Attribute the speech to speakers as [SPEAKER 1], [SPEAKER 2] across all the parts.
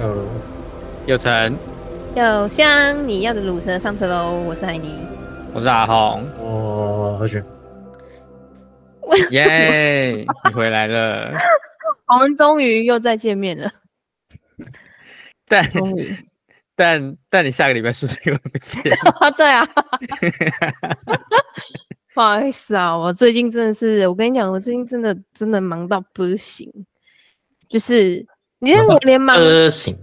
[SPEAKER 1] 有有成，
[SPEAKER 2] 有香你要的卤蛇上车喽！我是海尼，
[SPEAKER 3] 我是阿 红，
[SPEAKER 1] 我何炅，
[SPEAKER 2] 为什么
[SPEAKER 3] 耶！你回来了，
[SPEAKER 2] 我们终于又再见面了，
[SPEAKER 3] 但
[SPEAKER 2] 终 于
[SPEAKER 3] 但但你下个礼拜是不是又不 见？
[SPEAKER 2] 啊，对啊，不好意思啊，我最近真的是，我跟你讲，我最近真的真的忙到不行，就是你看我连忙
[SPEAKER 1] 呃，行，
[SPEAKER 3] 呃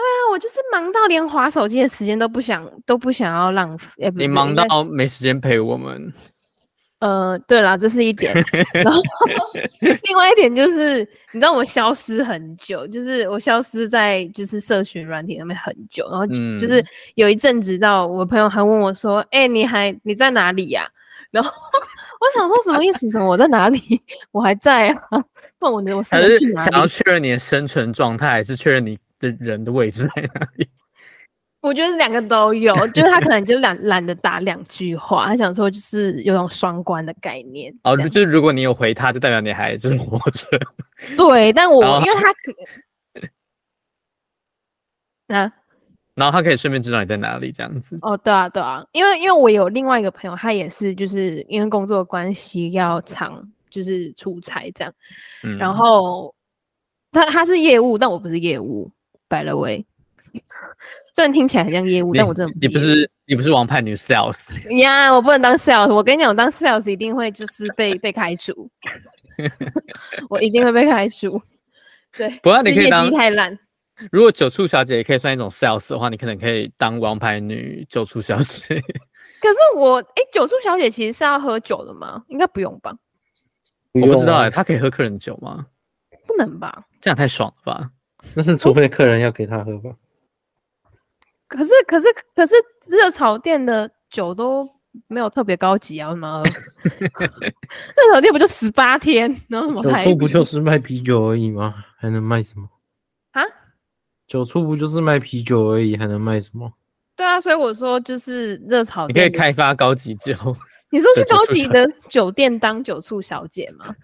[SPEAKER 2] 啊，我就是忙到连划手机的时间都不想都不想要浪费，哎不
[SPEAKER 3] 你
[SPEAKER 2] 对
[SPEAKER 3] 忙
[SPEAKER 2] 应该
[SPEAKER 3] 到没时间陪我们，
[SPEAKER 2] 呃，对啦，这是一 点。然后另外一点就是，你知道我消失很久，就是我消失在就是社群软体上面很久，然后就就是
[SPEAKER 3] 嗯
[SPEAKER 2] 有一阵子到我朋友还问我说：“哎、你还你在哪里呀、然后我想说什么意思？什么我在哪里？我还在啊？问我我
[SPEAKER 3] 还
[SPEAKER 2] 死
[SPEAKER 3] 是
[SPEAKER 2] 去哪
[SPEAKER 3] 想要
[SPEAKER 2] 里？
[SPEAKER 3] 确认你的生存状态，还是确认你的人的位置在 哪里？
[SPEAKER 2] 我觉得两个都有，就是他可能就懒懒得打两句话，他想说就是有种双关的概念。
[SPEAKER 3] 哦，
[SPEAKER 2] 这样
[SPEAKER 3] 就是如果你有回他，就代表你还就是活着。
[SPEAKER 2] 对，但我
[SPEAKER 3] 后
[SPEAKER 2] 因为他 可。啊，
[SPEAKER 3] 然后他可以顺便知道你在哪里，这样子。
[SPEAKER 2] 哦，对啊，对啊，因为因为我有另外一个朋友，他也是就是因为工作关系要常就是出差这样，
[SPEAKER 3] 嗯，
[SPEAKER 2] 然后他他是业务，但我不是业务，by the way，虽然听起来很像业务，
[SPEAKER 3] 你
[SPEAKER 2] 但我真的不是
[SPEAKER 3] 你不
[SPEAKER 2] 业务
[SPEAKER 3] 是你不是王牌女 sales，
[SPEAKER 2] 呀我不能当 sales。我跟你讲，我当 sales 一定会就是被被 开除，我一定会被开除。对，
[SPEAKER 3] 不过你
[SPEAKER 2] 就
[SPEAKER 3] 可以
[SPEAKER 2] 业
[SPEAKER 3] 当
[SPEAKER 2] 绩太烂。
[SPEAKER 3] 如果九处小姐也可以算一种 sales 的话，你可能可以当王牌女九处小姐。
[SPEAKER 2] 可是我哎，酒醋小姐其实是要喝酒的吗？应该不用吧？
[SPEAKER 3] 我不知道哎、
[SPEAKER 1] 哎，
[SPEAKER 3] 她可以喝客人酒吗？
[SPEAKER 2] 不能吧？
[SPEAKER 3] 这样太爽了吧！
[SPEAKER 1] 那是除非客人要给他喝吧。
[SPEAKER 2] 可是可是可是热炒店的酒都没有特别高级啊，为什么要喝？ 热炒店不就十八天，然后什么
[SPEAKER 1] 酒
[SPEAKER 2] 台
[SPEAKER 1] 醋不
[SPEAKER 2] 啤
[SPEAKER 1] 就是卖啤酒而已吗？还能卖什么？
[SPEAKER 2] 啊？
[SPEAKER 1] 酒醋不就是卖啤酒而已，还能卖什么？
[SPEAKER 2] 对啊，所以我说就是热炒
[SPEAKER 3] 你可
[SPEAKER 2] 店
[SPEAKER 3] 以
[SPEAKER 2] 的。
[SPEAKER 3] 开发高级酒，
[SPEAKER 2] 你说去
[SPEAKER 3] 对酒
[SPEAKER 2] 高
[SPEAKER 3] 醋
[SPEAKER 2] 级
[SPEAKER 3] 小
[SPEAKER 2] 的酒店当酒醋小姐 吗？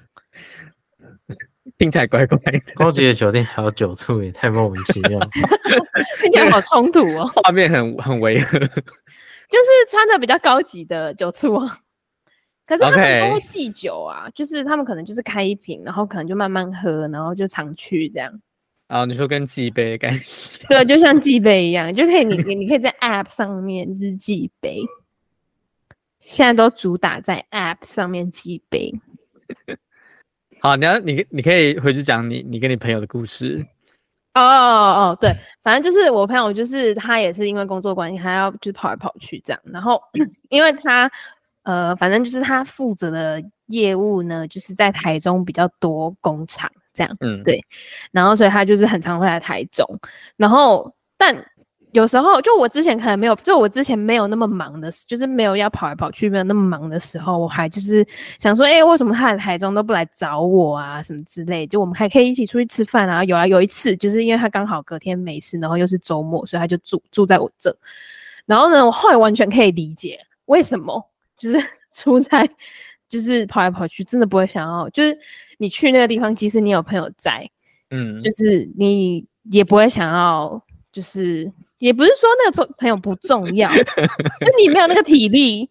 [SPEAKER 3] 听起来怪怪的，
[SPEAKER 1] 高级的酒店还有酒醋，也太莫名其 妙了。
[SPEAKER 2] 听起来好冲突哦。
[SPEAKER 3] 画面很很违和。
[SPEAKER 2] 就是穿着比较高级的酒醋啊。可是他们都
[SPEAKER 3] OK
[SPEAKER 2] 会忌酒啊就是他们可能就是开一瓶，然后可能就慢慢喝，然后就常去这样。
[SPEAKER 3] 然后你说跟祭杯的关系，
[SPEAKER 2] 对，啊就像记杯一样，就可以你你你可以在 App 上面就是记杯，现在都主打在 App 上面记杯。
[SPEAKER 3] 好，你要你你可以回去讲你你跟你朋友的故事。
[SPEAKER 2] 哦哦哦，对，反正就是我朋友，就是他也是因为工作关系，他要就是跑来跑去这样。然后 因为他呃，反正就是他负责的业务呢，就是在台中比较多工厂这样，
[SPEAKER 3] 嗯，
[SPEAKER 2] 对然后所以他就是很常会来台中。然后但有时候就我之前可能没有，就我之前没有那么忙的时，就是没有要跑来跑去，没有那么忙的时候，我还就是想说，哎、为什么他来台中都不来找我啊，什么之类？就我们还可以一起出去吃饭啊。有啊，有一次就是因为他刚好隔天没事，然后又是周末，所以他就住住在我这。然后呢，我后来完全可以理解为什么，就是 出差，就是跑来跑去，真的不会想要，就是你去那个地方，即使你有朋友在，
[SPEAKER 3] 嗯，
[SPEAKER 2] 就是你也不会想要，就是也不是说那个重朋友不 重要，就你没有那个体力，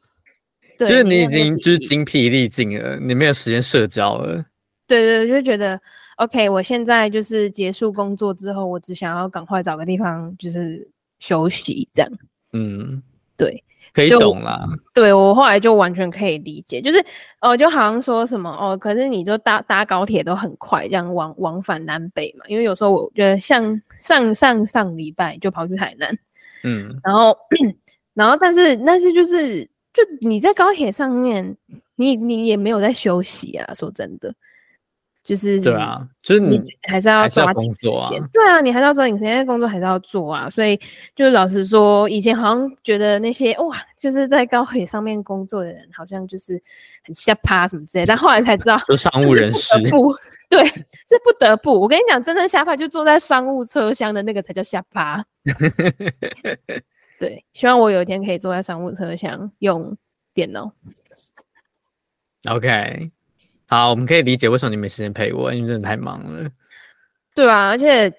[SPEAKER 2] 对，
[SPEAKER 3] 就是
[SPEAKER 2] 没
[SPEAKER 3] 你已
[SPEAKER 2] 有那个
[SPEAKER 3] 经
[SPEAKER 2] 体
[SPEAKER 3] 就是
[SPEAKER 2] 力
[SPEAKER 3] 精疲力尽了，你没有时间社交了。
[SPEAKER 2] 对对，就觉得 OK，我现在就是结束工作之后，我只想要赶快找个地方就是休息这样。
[SPEAKER 3] 嗯，
[SPEAKER 2] 对，
[SPEAKER 3] 可以
[SPEAKER 2] 就
[SPEAKER 3] 懂啦。
[SPEAKER 2] 对我后来就完全可以理解，就是哦、呃就好像说什么哦，可是你就搭搭高铁都很快，这样往往返南北嘛。因为有时候我觉得像上上上礼拜就跑去海南，
[SPEAKER 3] 嗯，
[SPEAKER 2] 然后然后但是但是就是就你在高铁上面，你你也没有在休息啊，说真的，就是
[SPEAKER 3] 对啊，就是
[SPEAKER 2] 你
[SPEAKER 3] 你
[SPEAKER 2] 还是要
[SPEAKER 3] 还是要
[SPEAKER 2] 抓紧
[SPEAKER 3] 工
[SPEAKER 2] 时
[SPEAKER 3] 作啊
[SPEAKER 2] 间，对啊，你还是要抓紧时间，工作还是要做啊。所以就老实说，以前好像觉得那些哇，就是在高铁上面工作的人，好像就是很下趴什么之类，但后来才知道
[SPEAKER 3] 就商务人士
[SPEAKER 2] 这是不得不 对，这不得不。我跟你讲，真正下趴就坐在商务车厢的那个才叫下 趴。对，希望我有一天可以坐在商务车厢用电脑。
[SPEAKER 3] OK，好，我们可以理解为什么你没时间陪我，因为真的太忙了。
[SPEAKER 2] 对啊，而且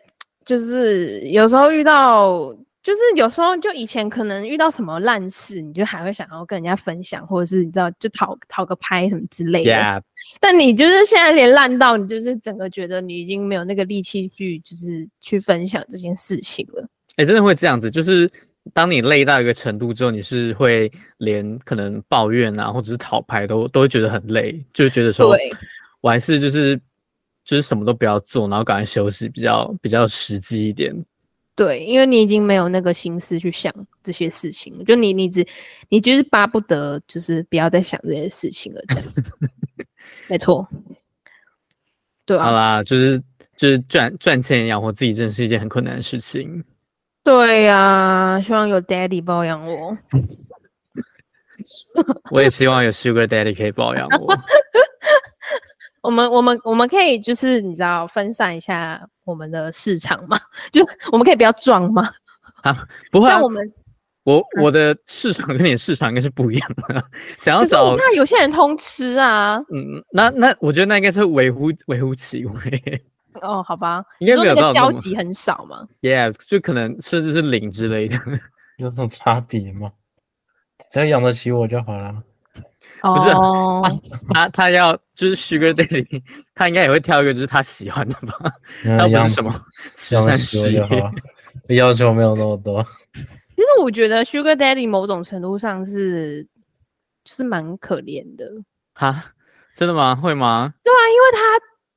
[SPEAKER 2] 就是有时候遇到，就是有时候就以前可能遇到什么烂事，你就还会想要跟人家分享，或者是你知道就讨讨个拍什么之类的。
[SPEAKER 3] Yeah，
[SPEAKER 2] 但你就是现在连烂到你就是整个觉得你已经没有那个力气去就是去分享这件事情了。
[SPEAKER 3] 哎、真的会这样子，就是当你累到一个程度之后，你是会连可能抱怨啊，或者是讨牌都都会觉得很累，就会觉得说
[SPEAKER 2] 对，
[SPEAKER 3] 我还是就是就是什么都不要做，然后赶快休息，比较比较实际一点。
[SPEAKER 2] 对，因为你已经没有那个心思去想这些事情了，就你你只你就是巴不得就是不要再想这些事情了，这样。 没错。对
[SPEAKER 3] 好
[SPEAKER 2] 啊，
[SPEAKER 3] 啦，就是就是赚赚钱养活自己，真的是一件很困难的事情。
[SPEAKER 2] 对呀、希望有 daddy 包养我。
[SPEAKER 3] 我也希望有 Sugar Daddy 可以包养 我。
[SPEAKER 2] 我们我们我们可以就是你知道分散一下我们的市场嘛，就我们可以不要撞嘛。
[SPEAKER 3] 不会、啊
[SPEAKER 2] 像我，们嗯
[SPEAKER 3] 我我的市场跟你的市场应该是不一样的。 想要
[SPEAKER 2] 可是
[SPEAKER 3] 找
[SPEAKER 2] 你看有些人通吃啊，
[SPEAKER 3] 嗯，那那我觉得那应该是微乎微乎其微
[SPEAKER 2] 哦，好吧，
[SPEAKER 3] 应
[SPEAKER 2] 你
[SPEAKER 3] 该
[SPEAKER 2] 说
[SPEAKER 3] 没
[SPEAKER 2] 那
[SPEAKER 3] 有
[SPEAKER 2] 个
[SPEAKER 3] 到那
[SPEAKER 2] 交
[SPEAKER 3] 么
[SPEAKER 2] 集很少嘛？
[SPEAKER 3] ，Yeah，就可能甚至是零之类的。
[SPEAKER 1] 有什么差别吗？只要养得起我就好了。
[SPEAKER 3] 不是
[SPEAKER 2] 哦，
[SPEAKER 3] 他他要就是 Sugar Daddy，他应该也会挑一个就是他喜欢的吧？他
[SPEAKER 1] 那
[SPEAKER 3] 不
[SPEAKER 1] 养
[SPEAKER 3] 是嗯什么慈
[SPEAKER 1] 养得
[SPEAKER 3] 善
[SPEAKER 1] 起我
[SPEAKER 3] 事
[SPEAKER 1] 就
[SPEAKER 3] 业
[SPEAKER 1] 好，了，要求没有那么多。
[SPEAKER 2] 其实我觉得 Sugar Daddy 某种程度上是就是蛮可怜的，
[SPEAKER 3] 哈，真的吗？会吗？
[SPEAKER 2] 因为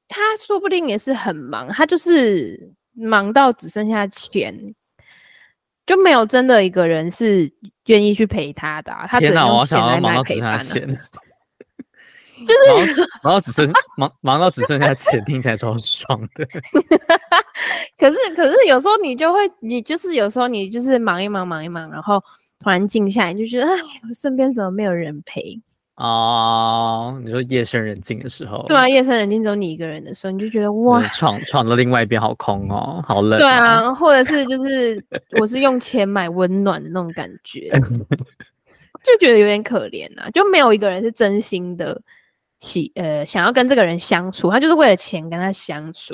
[SPEAKER 2] 他他说不定也是很忙，他就是忙到只剩下钱，就没有真的一个人是愿意去陪他的啊、他只
[SPEAKER 3] 天
[SPEAKER 2] 能
[SPEAKER 3] 我
[SPEAKER 2] 用
[SPEAKER 3] 好
[SPEAKER 2] 钱
[SPEAKER 3] 想
[SPEAKER 2] 来
[SPEAKER 3] 要忙
[SPEAKER 2] 买
[SPEAKER 3] 到只
[SPEAKER 2] 陪
[SPEAKER 3] 剩
[SPEAKER 2] 伴、
[SPEAKER 3] 下
[SPEAKER 2] 啊。
[SPEAKER 3] 钱。就是忙到，忙到只剩忙忙到只剩下钱，听起来超爽的。
[SPEAKER 2] 可是可是有时候你就会，你就是有时候你就是忙一忙忙一忙，然后突然静下来，你就觉得哎，我身边怎么没有人陪？
[SPEAKER 3] 哦，你说夜深人静的时候，
[SPEAKER 2] 对啊，夜深人静只有你一个人的时候，你就觉得哇
[SPEAKER 3] 嗯，，闯闯到另外一边好空哦，好冷、
[SPEAKER 2] 对，啊，或者是就是我是用钱买温暖的那种感觉，就觉得有点可怜啊，就没有一个人是真心的喜呃想要跟这个人相处，他就是为了钱跟他相处。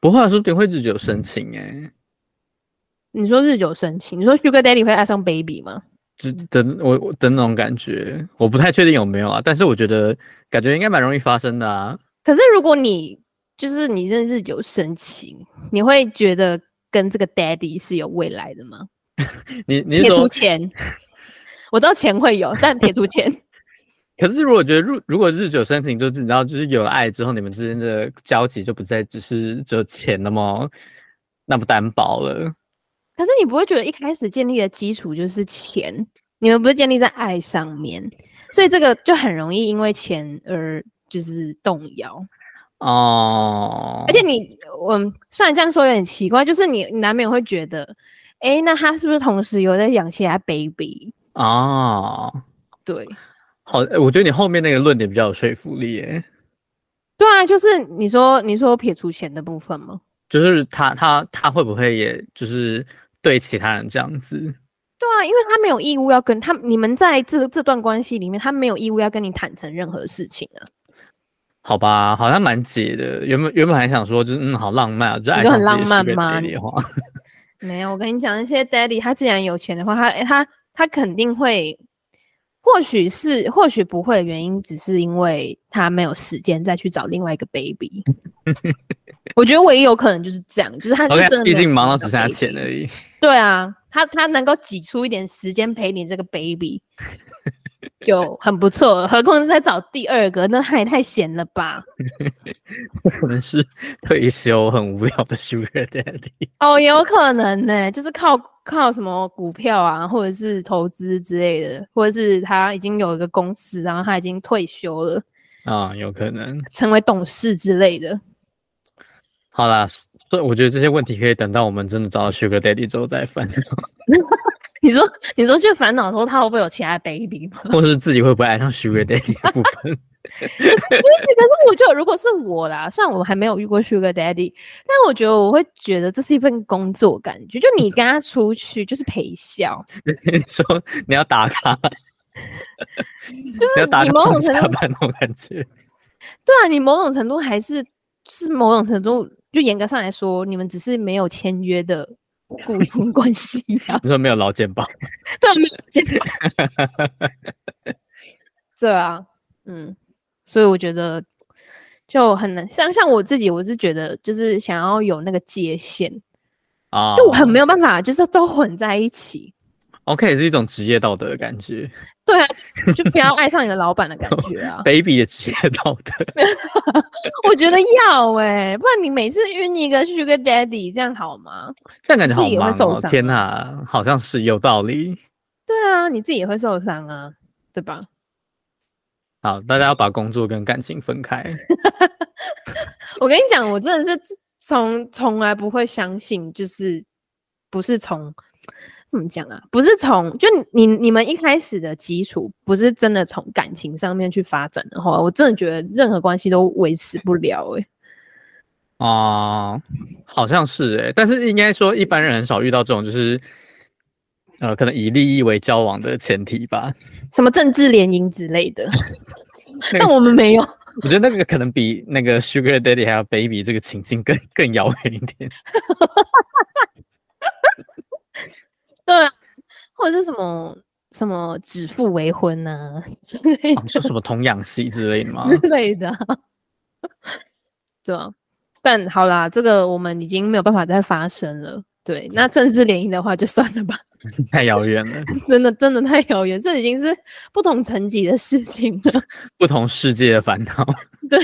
[SPEAKER 3] 不会啊，说不定会日久生情哎、
[SPEAKER 2] 你说日久生情，你说 Sugar Daddy 会爱上 Baby 吗？
[SPEAKER 3] 就的我我的那种感觉，我不太确定有没有啊，但是我觉得感觉应该蛮容易发生的啊。
[SPEAKER 2] 可是如果你就是你真的日久生情，你会觉得跟这个 Daddy 是有未来的吗？
[SPEAKER 3] 你你是
[SPEAKER 2] 撇除
[SPEAKER 3] 说，
[SPEAKER 2] 钱， 我知道钱会有，但撇除钱。
[SPEAKER 3] 可是如果觉得如如果日久生情，就是你知道，就是有了爱之后，你们之间的交集就不再只是只有钱那么那么单薄了。
[SPEAKER 2] 可是你不会觉得一开始建立的基础就是钱，你们不是建立在爱上面，所以这个就很容易因为钱而就是动摇。
[SPEAKER 3] 哦，
[SPEAKER 2] 而且你，我虽然这样说有点奇怪，就是你你难免会觉得，诶，那他是不是同时有在养其他 baby？
[SPEAKER 3] 哦，
[SPEAKER 2] 对，
[SPEAKER 3] 好，我觉得你后面那个论点比较有说服力耶，
[SPEAKER 2] 对啊，就是你说你说撇除钱的部分吗？
[SPEAKER 3] 就是他他他会不会也就是对其他人这样子？
[SPEAKER 2] 对啊，因为他没有义务要跟他，你们在这这段关系里面，他没有义务要跟你坦诚任何事情啊，
[SPEAKER 3] 好吧，好像蛮解的。原本原本还想说，就是嗯，好浪漫啊，就爱
[SPEAKER 2] 你就
[SPEAKER 3] 上
[SPEAKER 2] 很
[SPEAKER 3] 自己
[SPEAKER 2] 浪
[SPEAKER 3] 的
[SPEAKER 2] 漫
[SPEAKER 3] sugar
[SPEAKER 2] 吗
[SPEAKER 3] daddy 的话，
[SPEAKER 2] 没有，我跟你讲，那些 daddy 他既然有钱的话，他他他肯定会，或许是或许不会的原因，只是因为他没有时间再去找另外一个 baby。我觉得唯一有可能就是这样， 就是他就
[SPEAKER 3] OK，啊
[SPEAKER 2] 真的没
[SPEAKER 3] 毕
[SPEAKER 2] 有
[SPEAKER 3] 竟
[SPEAKER 2] 时
[SPEAKER 3] 忙
[SPEAKER 2] 间
[SPEAKER 3] 到
[SPEAKER 2] 找
[SPEAKER 3] 只剩下
[SPEAKER 2] baby
[SPEAKER 3] 钱而已。
[SPEAKER 2] 对啊，他他能够挤出一点时间陪你这个 baby，就很不错了。何况是在找第二个，那他也太闲了吧？
[SPEAKER 3] 可能是退休很无聊的 sugar daddy。
[SPEAKER 2] 哦，有可能呢、就是靠靠什么股票啊，或者是投资之类的，或者是他已经有一个公司，然后他已经退休了，
[SPEAKER 3] 啊、有可能。
[SPEAKER 2] 成为董事之类的。
[SPEAKER 3] 好啦，所以我觉得这些问题可以等到我们真的找到 sugar daddy 之后再翻，
[SPEAKER 2] 你说，你说就烦恼说他会不会有其他 baby 吗？
[SPEAKER 3] 或是自己会不会爱上 sugar daddy 的部分。
[SPEAKER 2] 对可是我觉得，如果是我啦，虽然我还没有遇过 Sugar Daddy，但我觉得我会觉得这是一份工作感觉。就你跟他出去就是陪笑，
[SPEAKER 3] 说你要打卡，
[SPEAKER 2] 就
[SPEAKER 3] 你
[SPEAKER 2] 是
[SPEAKER 3] 要打
[SPEAKER 2] 你
[SPEAKER 3] 卡
[SPEAKER 2] 某
[SPEAKER 3] 上
[SPEAKER 2] 种程
[SPEAKER 3] 下
[SPEAKER 2] 度，
[SPEAKER 3] 班那种感觉。，
[SPEAKER 2] 对啊，你某种程度还是是某种程度，就严格上来说，你们只是没有签约的雇佣关系啊
[SPEAKER 3] 你说没有劳健保，
[SPEAKER 2] 对啊，没有签约对啊，嗯，所以我觉得就很难。像像我自己，我是觉得就是想要有那个界限，
[SPEAKER 3] 啊，
[SPEAKER 2] 就我很没有办法，就是都混在一起。
[SPEAKER 3] OK 是一种职业道德的感觉。
[SPEAKER 2] 对啊，就就不要爱上你的老板的感觉啊
[SPEAKER 3] ，baby 的职业道德。
[SPEAKER 2] 我觉得要哎、不然你每次晕一个 Sugar Daddy，这样好吗？
[SPEAKER 3] 这样感觉
[SPEAKER 2] 自
[SPEAKER 3] 好
[SPEAKER 2] 己也会
[SPEAKER 3] 忙
[SPEAKER 2] 受
[SPEAKER 3] 哦！
[SPEAKER 2] 伤
[SPEAKER 3] 天哪，好像是有道理。
[SPEAKER 2] 对啊，你自己也会受伤啊，对吧？
[SPEAKER 3] 好，大家要把工作跟感情分 开。
[SPEAKER 2] 我跟你讲，我真的是从从来不会相信，就是不是从怎么讲啊？不是从就你你们一开始的基础，不是真的从感情上面去发展的话，我真的觉得任何关系都维持不了哎、
[SPEAKER 3] 哦、好像是诶、但是应该说一般人很少遇到这种，就是呃，可能以利益为交往的前提 吧。
[SPEAKER 2] 什么政治联姻之类的，但我们没有。
[SPEAKER 3] 我觉得那个可能比那个 Sugar Daddy 还有 Baby 这个情境 更更遥远一 点。
[SPEAKER 2] 对啊，或者是什么什么指腹为婚呐、之类
[SPEAKER 3] 哦说什么童养媳之类的吗？
[SPEAKER 2] 之类的啊，对啊。但好啦，这个我们已经没有办法再发生了。对，那政治联姻的话就算了吧，
[SPEAKER 3] 太遥远了，
[SPEAKER 2] 真的真的太遥远，这已经是不同层级的事情了。
[SPEAKER 3] 不同世界的烦恼。
[SPEAKER 2] 对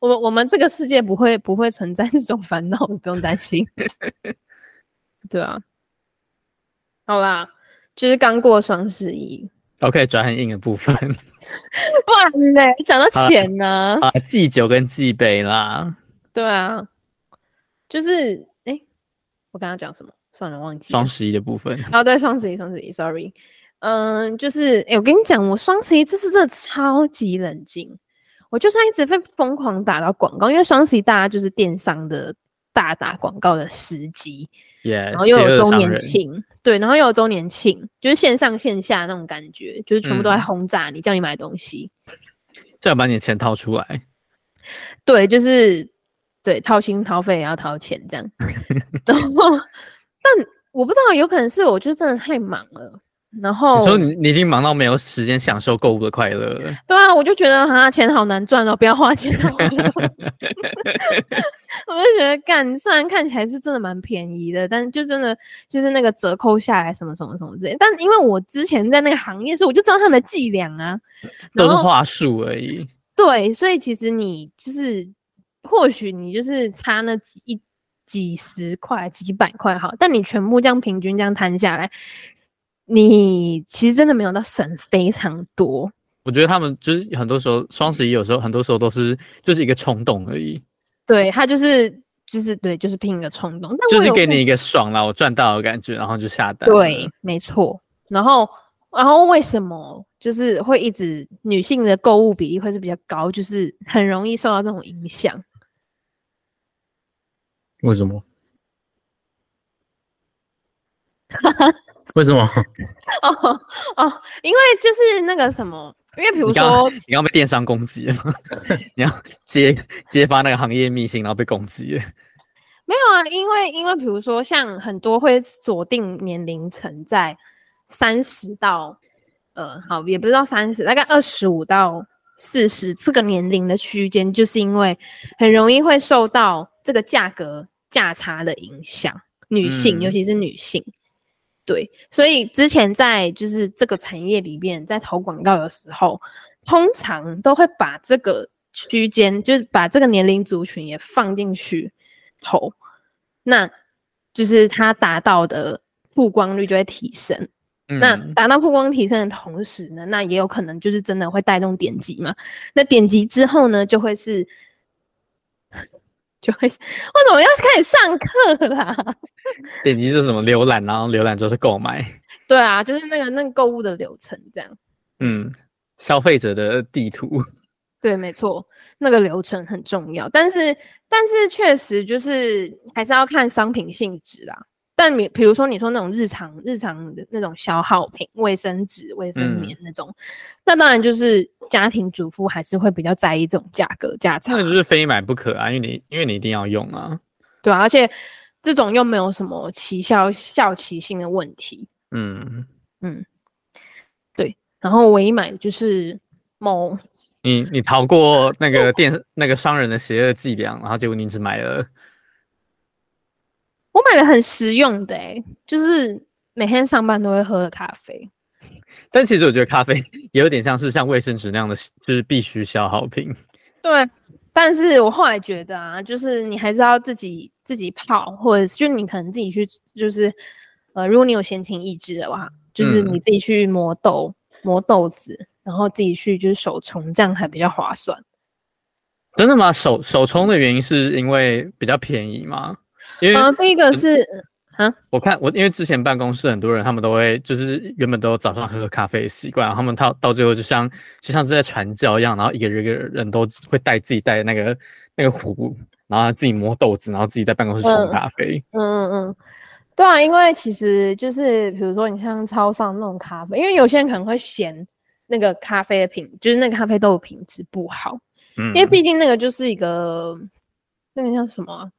[SPEAKER 2] 我们，我们这个世界不会不会存在这种烦恼，你不用 担心。对啊，好啦，就是刚过双十一，
[SPEAKER 3] OK，转很硬的部 分
[SPEAKER 2] 不然嘞，讲到
[SPEAKER 3] 好啦
[SPEAKER 2] 钱呢、
[SPEAKER 3] 啊，祭酒跟祭杯啦，
[SPEAKER 2] 对啊，就是哎、诶我刚刚讲什么？算了，忘记了
[SPEAKER 3] 双。十一的部分。
[SPEAKER 2] 哦，对，双十一，双十一，sorry。嗯，就是哎、诶我跟你讲，我双十一这次真的超级冷静，我就算一直被疯狂打到广告，因为双十一大家就是电商的大打广告的时机，
[SPEAKER 3] 耶、
[SPEAKER 2] 然
[SPEAKER 3] yeah,，
[SPEAKER 2] 后又有周年庆，对，然后又有周年庆，就是线上线下那种感觉，就是全部都在
[SPEAKER 3] 嗯
[SPEAKER 2] 轰炸你，叫你买东西。
[SPEAKER 3] 再把你的钱掏出来。
[SPEAKER 2] 对，就是对掏心掏肺也要掏钱 这样。然后，但我不知道，有可能是我就真的太忙了。然后
[SPEAKER 3] 你说你你已经忙到没有时间享受购物的快乐了，
[SPEAKER 2] 对啊，我就觉得啊，钱好难赚哦，不要花钱好了 我就觉得干，虽然看起来是真的蛮便宜的，但就真的就是那个折扣下来什么什么什么之类。但因为我之前在那个行业，所以我就知道他们的伎俩啊，然
[SPEAKER 3] 都是
[SPEAKER 2] 后
[SPEAKER 3] 话术而已。
[SPEAKER 2] 对，所以其实你就是，或许你就是差那几一几十块、几百块好，但你全部这样平均这样摊下来，你其实真的没有到省非常多。
[SPEAKER 3] 我觉得他们就是很多时候双十一，有时候很多时候都是就是一个冲动而已，
[SPEAKER 2] 对他就是就是对，就是拼一个冲动，但
[SPEAKER 3] 就
[SPEAKER 2] 我
[SPEAKER 3] 是
[SPEAKER 2] 有
[SPEAKER 3] 给
[SPEAKER 2] 看
[SPEAKER 3] 你一个爽啦，我赚到的感觉，然后就下单了。
[SPEAKER 2] 对，没错。然后，然后为什么就是会一直女性的购物比例会是比较高，就是很容易受到这种影响？
[SPEAKER 1] 为什么？为什么？
[SPEAKER 2] 哦哦，因为就是那个什么，因为比如
[SPEAKER 3] 你刚
[SPEAKER 2] 说
[SPEAKER 3] 你要被电商攻击了， 你要揭揭发那个行业秘辛，然后被攻击了。
[SPEAKER 2] 没有啊，因为因为比如说像很多会锁定年龄层在三十到呃，好也不知道三十，大概二十五到四十这个年龄的区间，就是因为很容易会受到这个价格价差的影响，女性、
[SPEAKER 3] 嗯
[SPEAKER 2] 尤其是女性。对，所以之前在就是这个产业里面，在投广告的时候，通常都会把这个区间，就是把这个年龄族群也放进去投，那就是它达到的曝光率就会提升。那
[SPEAKER 3] 嗯
[SPEAKER 2] 达到曝光提升的同时呢，那也有可能就是真的会带动点击嘛。那点击之后呢，就会是。 就会是，为什么要开始上课啦？
[SPEAKER 3] 点击就是什么浏览，然后浏览之后是购买，
[SPEAKER 2] 对啊，就是那个那个购物的流程这样。
[SPEAKER 3] 嗯，消费者的地图。
[SPEAKER 2] 对，没错，那个流程很重要，但是但是确实就是还是要看商品性质啦。但你比如说你说那种日常日常的那种消耗品，卫生纸、卫生
[SPEAKER 3] 嗯
[SPEAKER 2] 棉那种，那当然就是家庭主妇还是会比较在意这种价格价差
[SPEAKER 3] 那个。就是非买不可啊，因为你因为你一定要用啊，
[SPEAKER 2] 对、啊，而且这种又没有什么奇效效期性的问题。
[SPEAKER 3] 嗯，
[SPEAKER 2] 然后唯一买的就是某
[SPEAKER 3] 你你逃过那个电 那个商人的邪恶伎俩，然后结果你只买了，
[SPEAKER 2] 我买的很实用的、欸，就是每天上班都会喝的咖啡。
[SPEAKER 3] 但其实我觉得咖啡也有点像是像卫生纸那样的，就是必须消耗品。
[SPEAKER 2] 对，但是我后来觉得啊，就是你还是要自己自己泡，或者是就你可能自己去，就是呃，如果你有闲情逸致的话，就是
[SPEAKER 3] 嗯
[SPEAKER 2] 你自己去磨豆、磨豆子，然后自己去就是手冲，这样还比较划算。
[SPEAKER 3] 真的吗？手手冲的原因是因为比较便宜吗？因
[SPEAKER 2] 然后
[SPEAKER 3] 为
[SPEAKER 2] 呃第一个是
[SPEAKER 3] 我看我因为之前办公室很多人他们都会就是原本都有早上喝咖啡的习惯，然后他们到到最后就像就像是在传教一样，然后一个人一个人都会带自己带的那个那个壶，然后自己磨豆子，然后自己在办公室冲
[SPEAKER 2] 嗯
[SPEAKER 3] 咖啡。
[SPEAKER 2] 嗯嗯嗯，对啊，因为其实就是比如说你像超商那种咖啡，因为有些人可能会嫌那个咖啡的品，就是那个咖啡豆的品质不好。
[SPEAKER 3] 嗯，
[SPEAKER 2] 因为毕竟那个就是一个那个叫什么啊、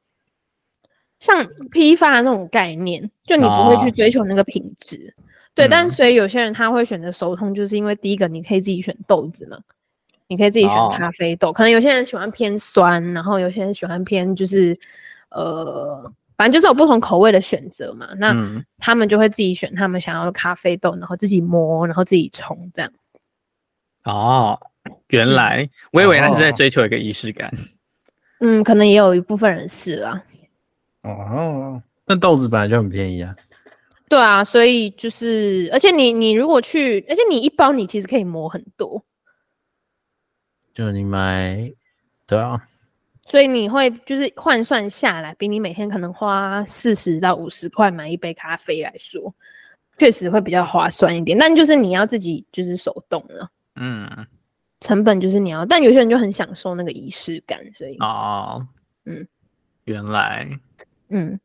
[SPEAKER 2] 像批发那种概念，就你不会去
[SPEAKER 3] 哦
[SPEAKER 2] 追求那个品质。对，但
[SPEAKER 3] 嗯
[SPEAKER 2] 所以有些人他会选择手冲，就是因为第一个你可以自己选豆子嘛，你可以自己选
[SPEAKER 3] 哦
[SPEAKER 2] 咖啡豆，可能有些人喜欢偏酸，然后有些人喜欢偏就是呃，反正就是有不同口味的选择嘛。那
[SPEAKER 3] 嗯
[SPEAKER 2] 他们就会自己选他们想要的咖啡豆，然后自己磨，然后自己冲这样。
[SPEAKER 3] 哦，原来我以为那是在
[SPEAKER 4] 哦
[SPEAKER 3] 追求一个仪式感。
[SPEAKER 2] 嗯，可能也有一部分人是啦、
[SPEAKER 4] 哦，
[SPEAKER 1] 但豆子本来就很便宜啊，
[SPEAKER 2] 对啊，所以就是，而且你你如果去，而且你一包你其实可以磨很多，
[SPEAKER 1] 就你买，对啊，
[SPEAKER 2] 所以你会就是换算下来，比你每天可能花四十到五十块买一杯咖啡来说，确实会比较划算一点。但就是你要自己就是手动了，
[SPEAKER 3] 嗯，
[SPEAKER 2] 成本就是你要，但有些人就很享受那个仪式感，所以
[SPEAKER 3] 哦，
[SPEAKER 2] 嗯，
[SPEAKER 3] 原来
[SPEAKER 2] 嗯，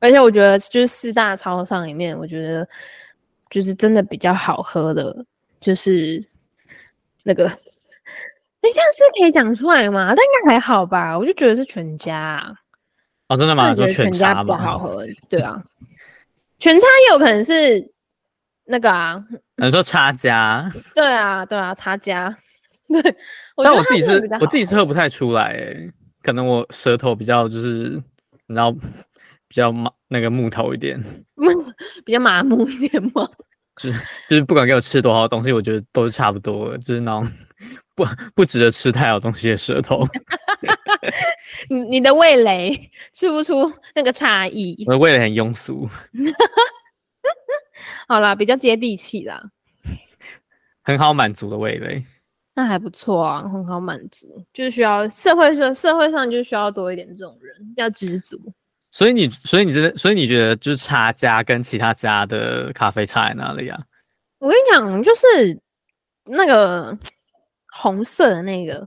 [SPEAKER 2] 而且我觉得就是四大超商里面，我觉得就是真的比较好喝的，就是那个，你下次可以讲出来吗？但应该还好吧，我就觉得是全家啊，
[SPEAKER 3] 哦，真的
[SPEAKER 2] 真
[SPEAKER 3] 吗？
[SPEAKER 2] 的觉
[SPEAKER 3] 就
[SPEAKER 2] 得全家
[SPEAKER 3] 茶
[SPEAKER 2] 比较
[SPEAKER 3] 嘛，
[SPEAKER 2] 好 喝，对啊，全家也有可能是那个啊，
[SPEAKER 3] 你说差价？
[SPEAKER 2] 对啊，对啊，差价， 对，我
[SPEAKER 3] 但
[SPEAKER 2] 觉得
[SPEAKER 3] 我
[SPEAKER 2] 它
[SPEAKER 3] 自己
[SPEAKER 2] 真的
[SPEAKER 3] 是
[SPEAKER 2] 比较
[SPEAKER 3] 我自己
[SPEAKER 2] 好
[SPEAKER 3] 是喝不太出来、欸，可能我舌头比较就是你知道比较麻那个木头一点，
[SPEAKER 2] 比较麻木一点嘛，
[SPEAKER 3] 就是不管给我吃多少东西，我觉得都是差不多的，就是那种不不值得吃太好东西的舌头，
[SPEAKER 2] 你你的味蕾 吃不出那个差异。
[SPEAKER 3] 我的味蕾很庸俗，
[SPEAKER 2] 好啦，比较接地气啦，
[SPEAKER 3] 很好满足的味蕾。
[SPEAKER 2] 那还不错啊，很好满足，就是需要社会上社会上就需要多一点这种人，要知足。
[SPEAKER 3] 所以你，所以你真的，所以你觉得就是差家跟其他家的咖啡差在哪里啊？
[SPEAKER 2] 我跟你讲，就是那个红色的那个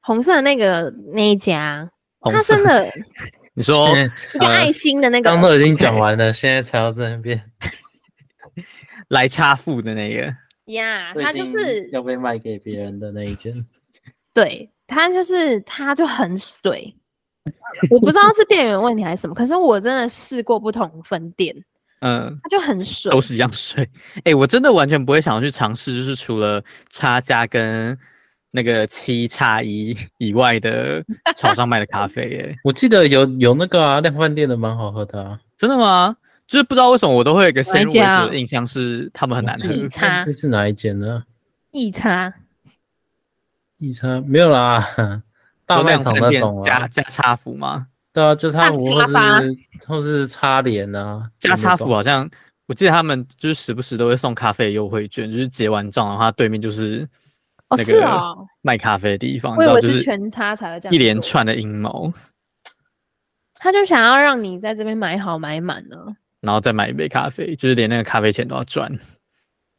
[SPEAKER 2] 红色的那个那一家，
[SPEAKER 3] 红
[SPEAKER 2] 它
[SPEAKER 3] 色
[SPEAKER 2] 真，的
[SPEAKER 3] 你说
[SPEAKER 1] 现在
[SPEAKER 2] 一个
[SPEAKER 3] 呃
[SPEAKER 2] 爱心的那个，
[SPEAKER 1] 刚都已经讲完了，现在才要在那 边，
[SPEAKER 3] 来差富的那个，
[SPEAKER 2] 呀，它就
[SPEAKER 1] 都已
[SPEAKER 2] 是
[SPEAKER 1] 经要被卖给别人的那一间，
[SPEAKER 2] 对，它就是它就 很水，我不知道是店员问题还是什么，可是我真的试过不同分店，
[SPEAKER 3] 嗯，
[SPEAKER 2] 它就很水
[SPEAKER 3] 都。是一样水。哎、我真的完全不会想要去尝试，就是除了差价跟那个七差一 以外的超商卖的咖啡、欸。
[SPEAKER 1] 我记得有有那个啊，量饭店的蛮好喝的啊，
[SPEAKER 3] 真的吗？就是不知道为什么我都会有一个
[SPEAKER 2] 哪
[SPEAKER 3] 先
[SPEAKER 2] 一
[SPEAKER 3] 入为主
[SPEAKER 2] 家
[SPEAKER 3] 的印象是他们很难喝
[SPEAKER 1] 我。
[SPEAKER 2] 记
[SPEAKER 1] 记
[SPEAKER 2] 得
[SPEAKER 1] 得
[SPEAKER 2] 差
[SPEAKER 1] 这是哪一间呢？
[SPEAKER 2] 异差，
[SPEAKER 1] 一餐没有 啦，大
[SPEAKER 3] 说
[SPEAKER 1] 卖
[SPEAKER 3] 量
[SPEAKER 1] 场
[SPEAKER 3] 贩
[SPEAKER 1] 那
[SPEAKER 3] 店
[SPEAKER 1] 种
[SPEAKER 3] 加
[SPEAKER 1] 啊，
[SPEAKER 3] 加差幅吗？
[SPEAKER 1] 对啊，就
[SPEAKER 2] 大
[SPEAKER 1] 差五
[SPEAKER 2] 沙
[SPEAKER 1] 或
[SPEAKER 2] 发
[SPEAKER 1] 是或是擦脸啊，
[SPEAKER 3] 加差幅
[SPEAKER 1] 啊，
[SPEAKER 3] 好像我记得他们就是时不时都会送咖啡优惠券，就是结完账的话，对面就是
[SPEAKER 2] 哦
[SPEAKER 3] 那
[SPEAKER 2] 是
[SPEAKER 3] 个
[SPEAKER 2] 哦
[SPEAKER 3] 卖咖啡的地方，
[SPEAKER 2] 我
[SPEAKER 3] 你
[SPEAKER 2] 以
[SPEAKER 3] 知道
[SPEAKER 2] 为
[SPEAKER 3] 就是
[SPEAKER 2] 全差才会这样
[SPEAKER 3] 一连
[SPEAKER 2] 做
[SPEAKER 3] 串的阴谋，
[SPEAKER 2] 他就想要让你在这边买好买满啊呢。
[SPEAKER 3] 然后再买一杯咖啡，就是连那个咖啡钱都要赚。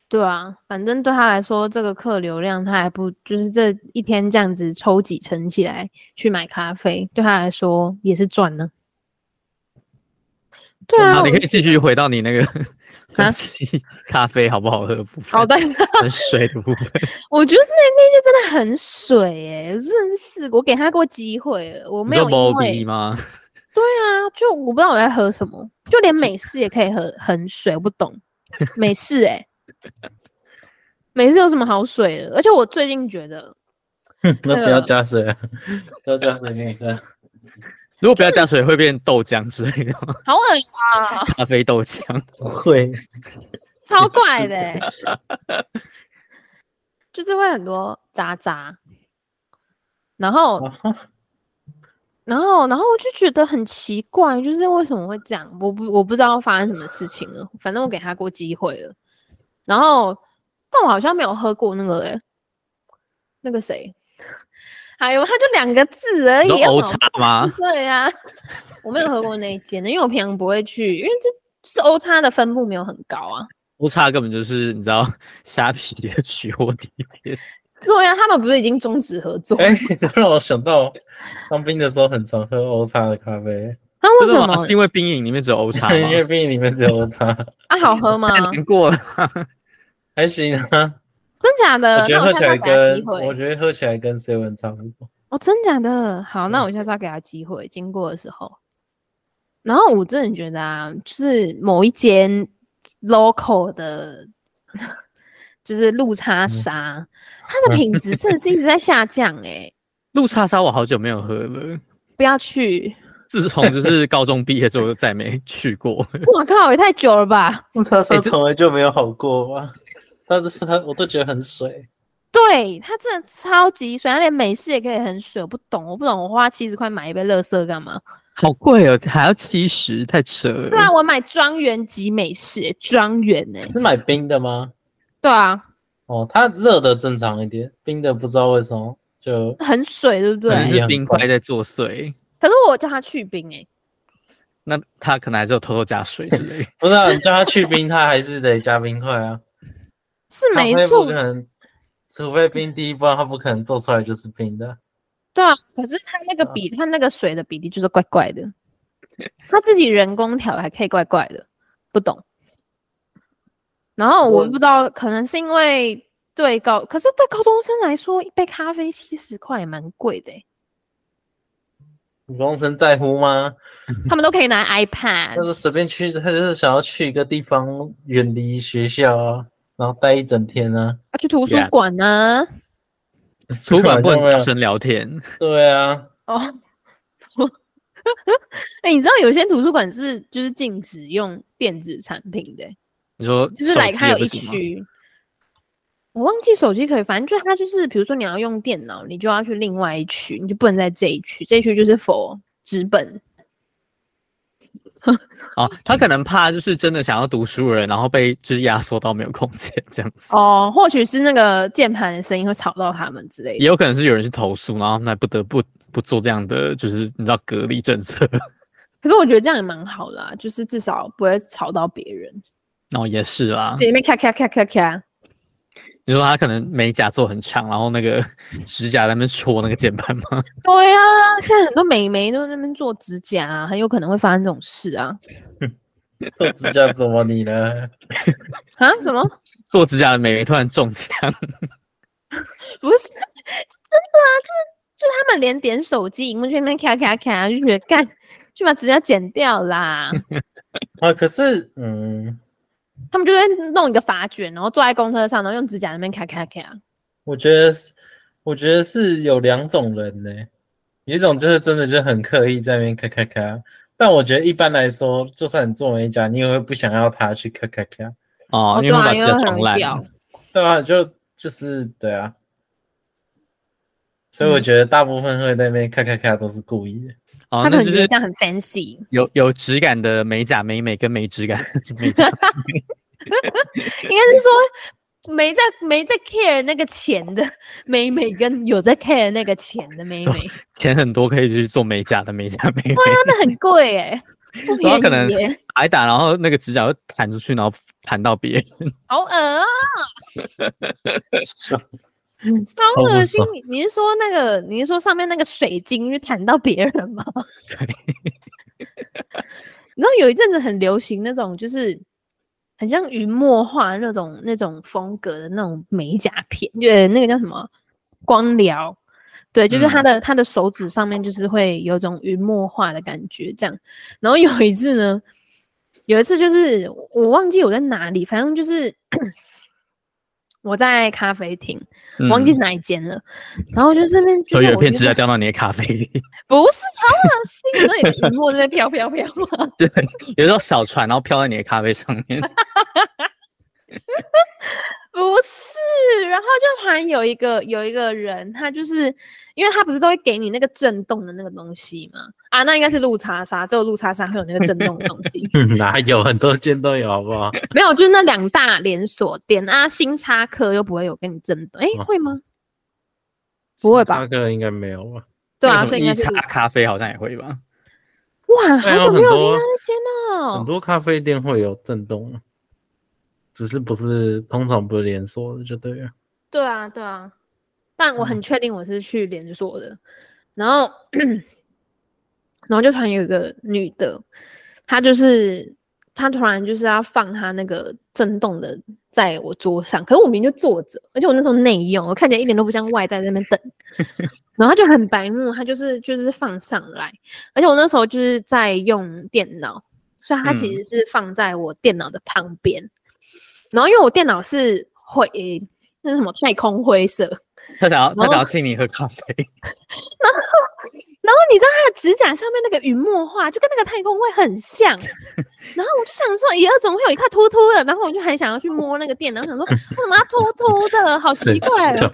[SPEAKER 2] 对啊，反正对他来说，这个客流量他还不就是这一天这样子抽几成起来去买咖啡，对他来说也是赚呢。对啊，
[SPEAKER 3] 哦好，
[SPEAKER 2] 我
[SPEAKER 3] 你可以继续回到你 那个
[SPEAKER 2] 啊
[SPEAKER 3] 分析咖啡好不好喝的部 分，
[SPEAKER 2] 好的，
[SPEAKER 3] 跟水的部分。
[SPEAKER 2] 我觉得那那件真的很水哎、我真的是试过，我给他过机会了，我
[SPEAKER 3] 你
[SPEAKER 2] 没
[SPEAKER 3] 说
[SPEAKER 2] 有因
[SPEAKER 3] Bobby
[SPEAKER 2] 为
[SPEAKER 3] 吗？
[SPEAKER 2] 对啊，就我不知道我在喝什么，就连美式也可以喝很水，我不懂美式哎、美式有什么好水的？而且我最近觉得
[SPEAKER 1] 那
[SPEAKER 2] 那
[SPEAKER 1] 不要
[SPEAKER 2] 个
[SPEAKER 1] 加 水了，啊不要加水给你喝。
[SPEAKER 3] 如果不要加水，会变豆浆之类 的吗？
[SPEAKER 2] 好恶心啊，
[SPEAKER 3] 咖啡豆浆，
[SPEAKER 1] 不 会，
[SPEAKER 2] 超怪的、欸，就是会很多渣渣，然后
[SPEAKER 1] 啊哈
[SPEAKER 2] 然后，然后我就觉得很奇怪，就是为什么会这样？我不，我不知道发生什么事情了。反正我给他过机会了。然后，但我好像没有喝过那个、欸，那个谁，哎呦，他就两个字而
[SPEAKER 3] 你
[SPEAKER 2] 已。
[SPEAKER 3] 说
[SPEAKER 2] 哎要
[SPEAKER 3] 欧
[SPEAKER 2] 什
[SPEAKER 3] 茶
[SPEAKER 2] 么
[SPEAKER 3] 吗？
[SPEAKER 2] 对呀、我没有喝过那一间的，因为我平常不会去，因为这就是欧差的分布没有很高啊。
[SPEAKER 3] 欧茶根本就是你知道虾皮的 取货地点，
[SPEAKER 2] 对啊呀、他们不是已经终止合 作？
[SPEAKER 1] 哎，这让我想到当兵的时候很常喝欧茶的咖啡，
[SPEAKER 2] 他、啊为
[SPEAKER 3] 真
[SPEAKER 2] 什
[SPEAKER 3] 的
[SPEAKER 2] 么
[SPEAKER 3] 啊吗？是因为冰饮里面只有欧茶 吗？
[SPEAKER 1] 因为兵营里面只有欧茶，
[SPEAKER 2] 啊？好喝吗
[SPEAKER 3] 太？难过了，
[SPEAKER 1] 还行啊。
[SPEAKER 2] 真假的？
[SPEAKER 1] 我觉
[SPEAKER 2] 呃
[SPEAKER 1] 得
[SPEAKER 2] 那我
[SPEAKER 1] 喝
[SPEAKER 2] 下
[SPEAKER 1] 起来
[SPEAKER 2] 次要给他
[SPEAKER 1] 跟
[SPEAKER 2] 机会。
[SPEAKER 1] 我觉得喝起来跟 seven 差不多。
[SPEAKER 2] 哦，真假的？好，那
[SPEAKER 1] 嗯
[SPEAKER 2] 我下次要给他机会，经过的时候。然后我真的觉得啊，就是某一间 local 的，就是路
[SPEAKER 1] 嗯
[SPEAKER 2] 叉沙，它的品质真的是一直在下降哎、
[SPEAKER 3] 陆叉烧我好久没有喝了，
[SPEAKER 2] 不 要去！
[SPEAKER 3] 自从就是 高中毕业之后就再没去过。
[SPEAKER 2] 我靠，也太久了吧？
[SPEAKER 1] 乌茶
[SPEAKER 3] 哎
[SPEAKER 1] 山
[SPEAKER 3] 这
[SPEAKER 1] 从来就没有好过 啊，它的是它我都觉得很水。
[SPEAKER 2] 对，它真的超级水，它连美式也可以很水，我不懂，我不懂，我花七十块买一杯乐色干嘛？
[SPEAKER 3] 好贵哦，还要七十，太扯了。
[SPEAKER 2] 对啊，我买庄园级美式、庄园哎、
[SPEAKER 1] 是买冰的吗？
[SPEAKER 2] 对啊，
[SPEAKER 1] 哦，它热的正常一点，冰的不知道为什么就
[SPEAKER 2] 很水，对不
[SPEAKER 3] 可
[SPEAKER 2] 对？
[SPEAKER 3] 能
[SPEAKER 1] 哎呀
[SPEAKER 3] 是冰块在作祟，
[SPEAKER 2] 可是我叫他去冰哎、
[SPEAKER 3] 那他可能还是有偷偷加水之 类的。
[SPEAKER 1] 不是、啊、你叫它去冰，它还是得加冰块啊。
[SPEAKER 2] 是
[SPEAKER 1] 咖
[SPEAKER 2] 没
[SPEAKER 1] 啡
[SPEAKER 2] 错
[SPEAKER 1] 不可，能，除非冰滴，不然它不可能做出来就是冰的。
[SPEAKER 2] 对啊。可是他那个
[SPEAKER 1] 嗯
[SPEAKER 2] 比他那个水的比例就是怪怪的，他自己人工调还可以怪怪的，不懂。然后我
[SPEAKER 1] 我
[SPEAKER 2] 不知道，可能是因为对高，可是对高中生来说，一杯咖啡七十块也蛮贵的欸、
[SPEAKER 1] 女工生在乎吗？
[SPEAKER 2] 他们都可以拿
[SPEAKER 1] 就
[SPEAKER 2] iPad。
[SPEAKER 1] 是随便去，他就是想要去一个地方，远离学校啊，然后待一整天啊。
[SPEAKER 2] 啊去图书
[SPEAKER 3] Yeah
[SPEAKER 2] 馆啊呢、
[SPEAKER 3] 图书馆不能
[SPEAKER 1] 没有
[SPEAKER 3] 大声聊天，
[SPEAKER 1] 啊对啊，
[SPEAKER 2] 哦， 哎、你知道有些图书馆是就是禁止用电子产品的欸、
[SPEAKER 3] 你说
[SPEAKER 2] 就是
[SPEAKER 3] 手
[SPEAKER 2] 来
[SPEAKER 3] 机
[SPEAKER 2] 它
[SPEAKER 3] 也
[SPEAKER 2] 有
[SPEAKER 3] 不
[SPEAKER 2] 一
[SPEAKER 3] 行吗，
[SPEAKER 2] 区，我忘记手机可以，反正就是它就是，比如说你要用电脑，你就要去另外一区，你就不能在这一区，这一区就是否纸本。
[SPEAKER 3] 哦，他可能怕就是真的想要读书的人，然后被就是压缩到没有空间这样子。
[SPEAKER 2] 哦，或许是那个键盘的声音会吵到他们之类
[SPEAKER 3] 也
[SPEAKER 2] 的。
[SPEAKER 3] 有可能是有人去投诉，然后那不得不不做这样的，就是你知道隔离政策。
[SPEAKER 2] 可是我觉得这样也蛮好的、啊，就是至少不会吵到别人，
[SPEAKER 3] 然后也是啦，
[SPEAKER 2] 里面咔咔咔咔咔。
[SPEAKER 3] 你说他可能美甲做很长，然后那个 指甲在那边戳那个键盘吗？
[SPEAKER 2] 对啊，现在很多美眉都在那边做指甲、啊，很有可能会发生这种事啊！
[SPEAKER 1] 做指甲怎么你呢？
[SPEAKER 2] 啊，什么？
[SPEAKER 3] 做指甲的美眉突然中枪，
[SPEAKER 2] 不是，真的啊，就就他们连点手机荧幕去那边咔咔咔，就觉得干，就把指甲剪掉 啦。
[SPEAKER 1] 啊，可是嗯，
[SPEAKER 2] 他们就会弄一个发卷，然后坐在公车上，然后用指甲在那边咔咔咔。
[SPEAKER 1] 我觉得是，我觉得是有两种人呢、有一种就是真的就很刻意在那边咔咔咔，但我觉得一般来说，就算你做美甲，你也会不想要他去咔咔咔，
[SPEAKER 3] 哦，
[SPEAKER 2] 哦，
[SPEAKER 3] 因为
[SPEAKER 2] 对
[SPEAKER 3] 会
[SPEAKER 2] 啊，
[SPEAKER 3] 把
[SPEAKER 2] 因
[SPEAKER 3] 指
[SPEAKER 2] 为
[SPEAKER 3] 甲
[SPEAKER 2] 很
[SPEAKER 3] 撞
[SPEAKER 2] 容易
[SPEAKER 3] 烂。
[SPEAKER 2] 掉。
[SPEAKER 1] 对啊，就就是对啊，所以我
[SPEAKER 2] 嗯
[SPEAKER 1] 觉得大部分会在那边咔咔咔都是故意的。
[SPEAKER 3] 哦
[SPEAKER 2] 他，
[SPEAKER 3] 那
[SPEAKER 2] 们
[SPEAKER 3] 就
[SPEAKER 2] 觉得
[SPEAKER 3] 是
[SPEAKER 2] 这样很 fancy，
[SPEAKER 3] 有有质感的美甲美美跟没质感的美甲，
[SPEAKER 2] 应该是说没在没在 care 那个钱的美美，跟有在 care 那个钱的美 美，
[SPEAKER 3] 钱很多可以去做美甲的美甲美美，
[SPEAKER 2] 真的很贵哎、不
[SPEAKER 3] 然后可
[SPEAKER 2] 便
[SPEAKER 3] 能
[SPEAKER 2] 宜耶，
[SPEAKER 3] 挨打，然后那个指甲会弹出去，然后弹到别人。
[SPEAKER 2] 好恶啊，
[SPEAKER 1] 超
[SPEAKER 2] 超
[SPEAKER 1] 不
[SPEAKER 2] 恶心
[SPEAKER 1] 爽！，
[SPEAKER 2] 你你是说那个你是说上面那个水晶去弹到别人吗？ 然后有一阵子很流行那种，就是很像云墨画那种那种风格的那种美甲片，对，那个叫什么光疗，对，就是他的、他的手指上面就是会有种云墨画的感觉这样。然后有一次呢，有一次就是我忘记我在哪里，反正就是 我在咖啡厅，我忘记是哪一间了。然后就这边就
[SPEAKER 3] 嗯所以
[SPEAKER 2] 是
[SPEAKER 3] 有
[SPEAKER 2] 我
[SPEAKER 3] 片
[SPEAKER 2] 觉
[SPEAKER 3] 指甲
[SPEAKER 2] 得
[SPEAKER 3] 掉到你的咖啡里，
[SPEAKER 2] 不是好恶心，你说你的云墨在那边飘飘飘吗？
[SPEAKER 3] 有时候小船然后飘在你的咖啡上面，
[SPEAKER 2] 啊不是，然后就突然有一个有一个人，他就是因为他不是都会给你那个震动的那个东西吗？啊，那应该是路叉沙，只有路叉沙会有那个震动的东西
[SPEAKER 1] 哪有很多间都有，好不好？
[SPEAKER 2] 没有，就是那两大连锁店啊，星叉克又不会有跟你震动，哎、
[SPEAKER 1] 哦
[SPEAKER 2] 会吗？不会吧
[SPEAKER 1] 大？哥应该没有吧？
[SPEAKER 2] 对
[SPEAKER 3] 那
[SPEAKER 2] 啊，
[SPEAKER 3] 个什么
[SPEAKER 2] 所以应
[SPEAKER 3] 一
[SPEAKER 2] 该是
[SPEAKER 3] 茶
[SPEAKER 2] 路
[SPEAKER 3] 咖啡好像也会吧？
[SPEAKER 2] 哇，
[SPEAKER 1] 还啊有
[SPEAKER 2] 好久没
[SPEAKER 1] 很
[SPEAKER 2] 有
[SPEAKER 1] 多
[SPEAKER 2] 听到那间
[SPEAKER 1] 很
[SPEAKER 2] 哦。
[SPEAKER 1] 多咖啡店会有震动，啊只是不是通常不是连锁的就对了。
[SPEAKER 2] 对啊，对啊，但我很确定我是去连锁的，然后然后就突然有一个女的，她就是她突然就是要放她那个震动的在我桌上，可是我明明就坐着，而且我那时候内用，我看起来一点都不像外带在那边等，然后她就很白目，她就是就是放上来，而且我那时候就是在用电脑，所以它其实是放在我电脑的旁边，然后因为我电脑是灰，那是什么太空灰色，
[SPEAKER 3] 他想要他
[SPEAKER 2] 然后
[SPEAKER 3] 想要请你喝咖啡，
[SPEAKER 2] 然后你知道它的指甲上面那个云墨画就跟那个太空会很像，然后我就想说，咦，怎么会有一块凸凸的？然后我就很想要去摸那个电脑，想说为什么它凸凸的，好奇 怪、
[SPEAKER 3] 啊
[SPEAKER 1] 啊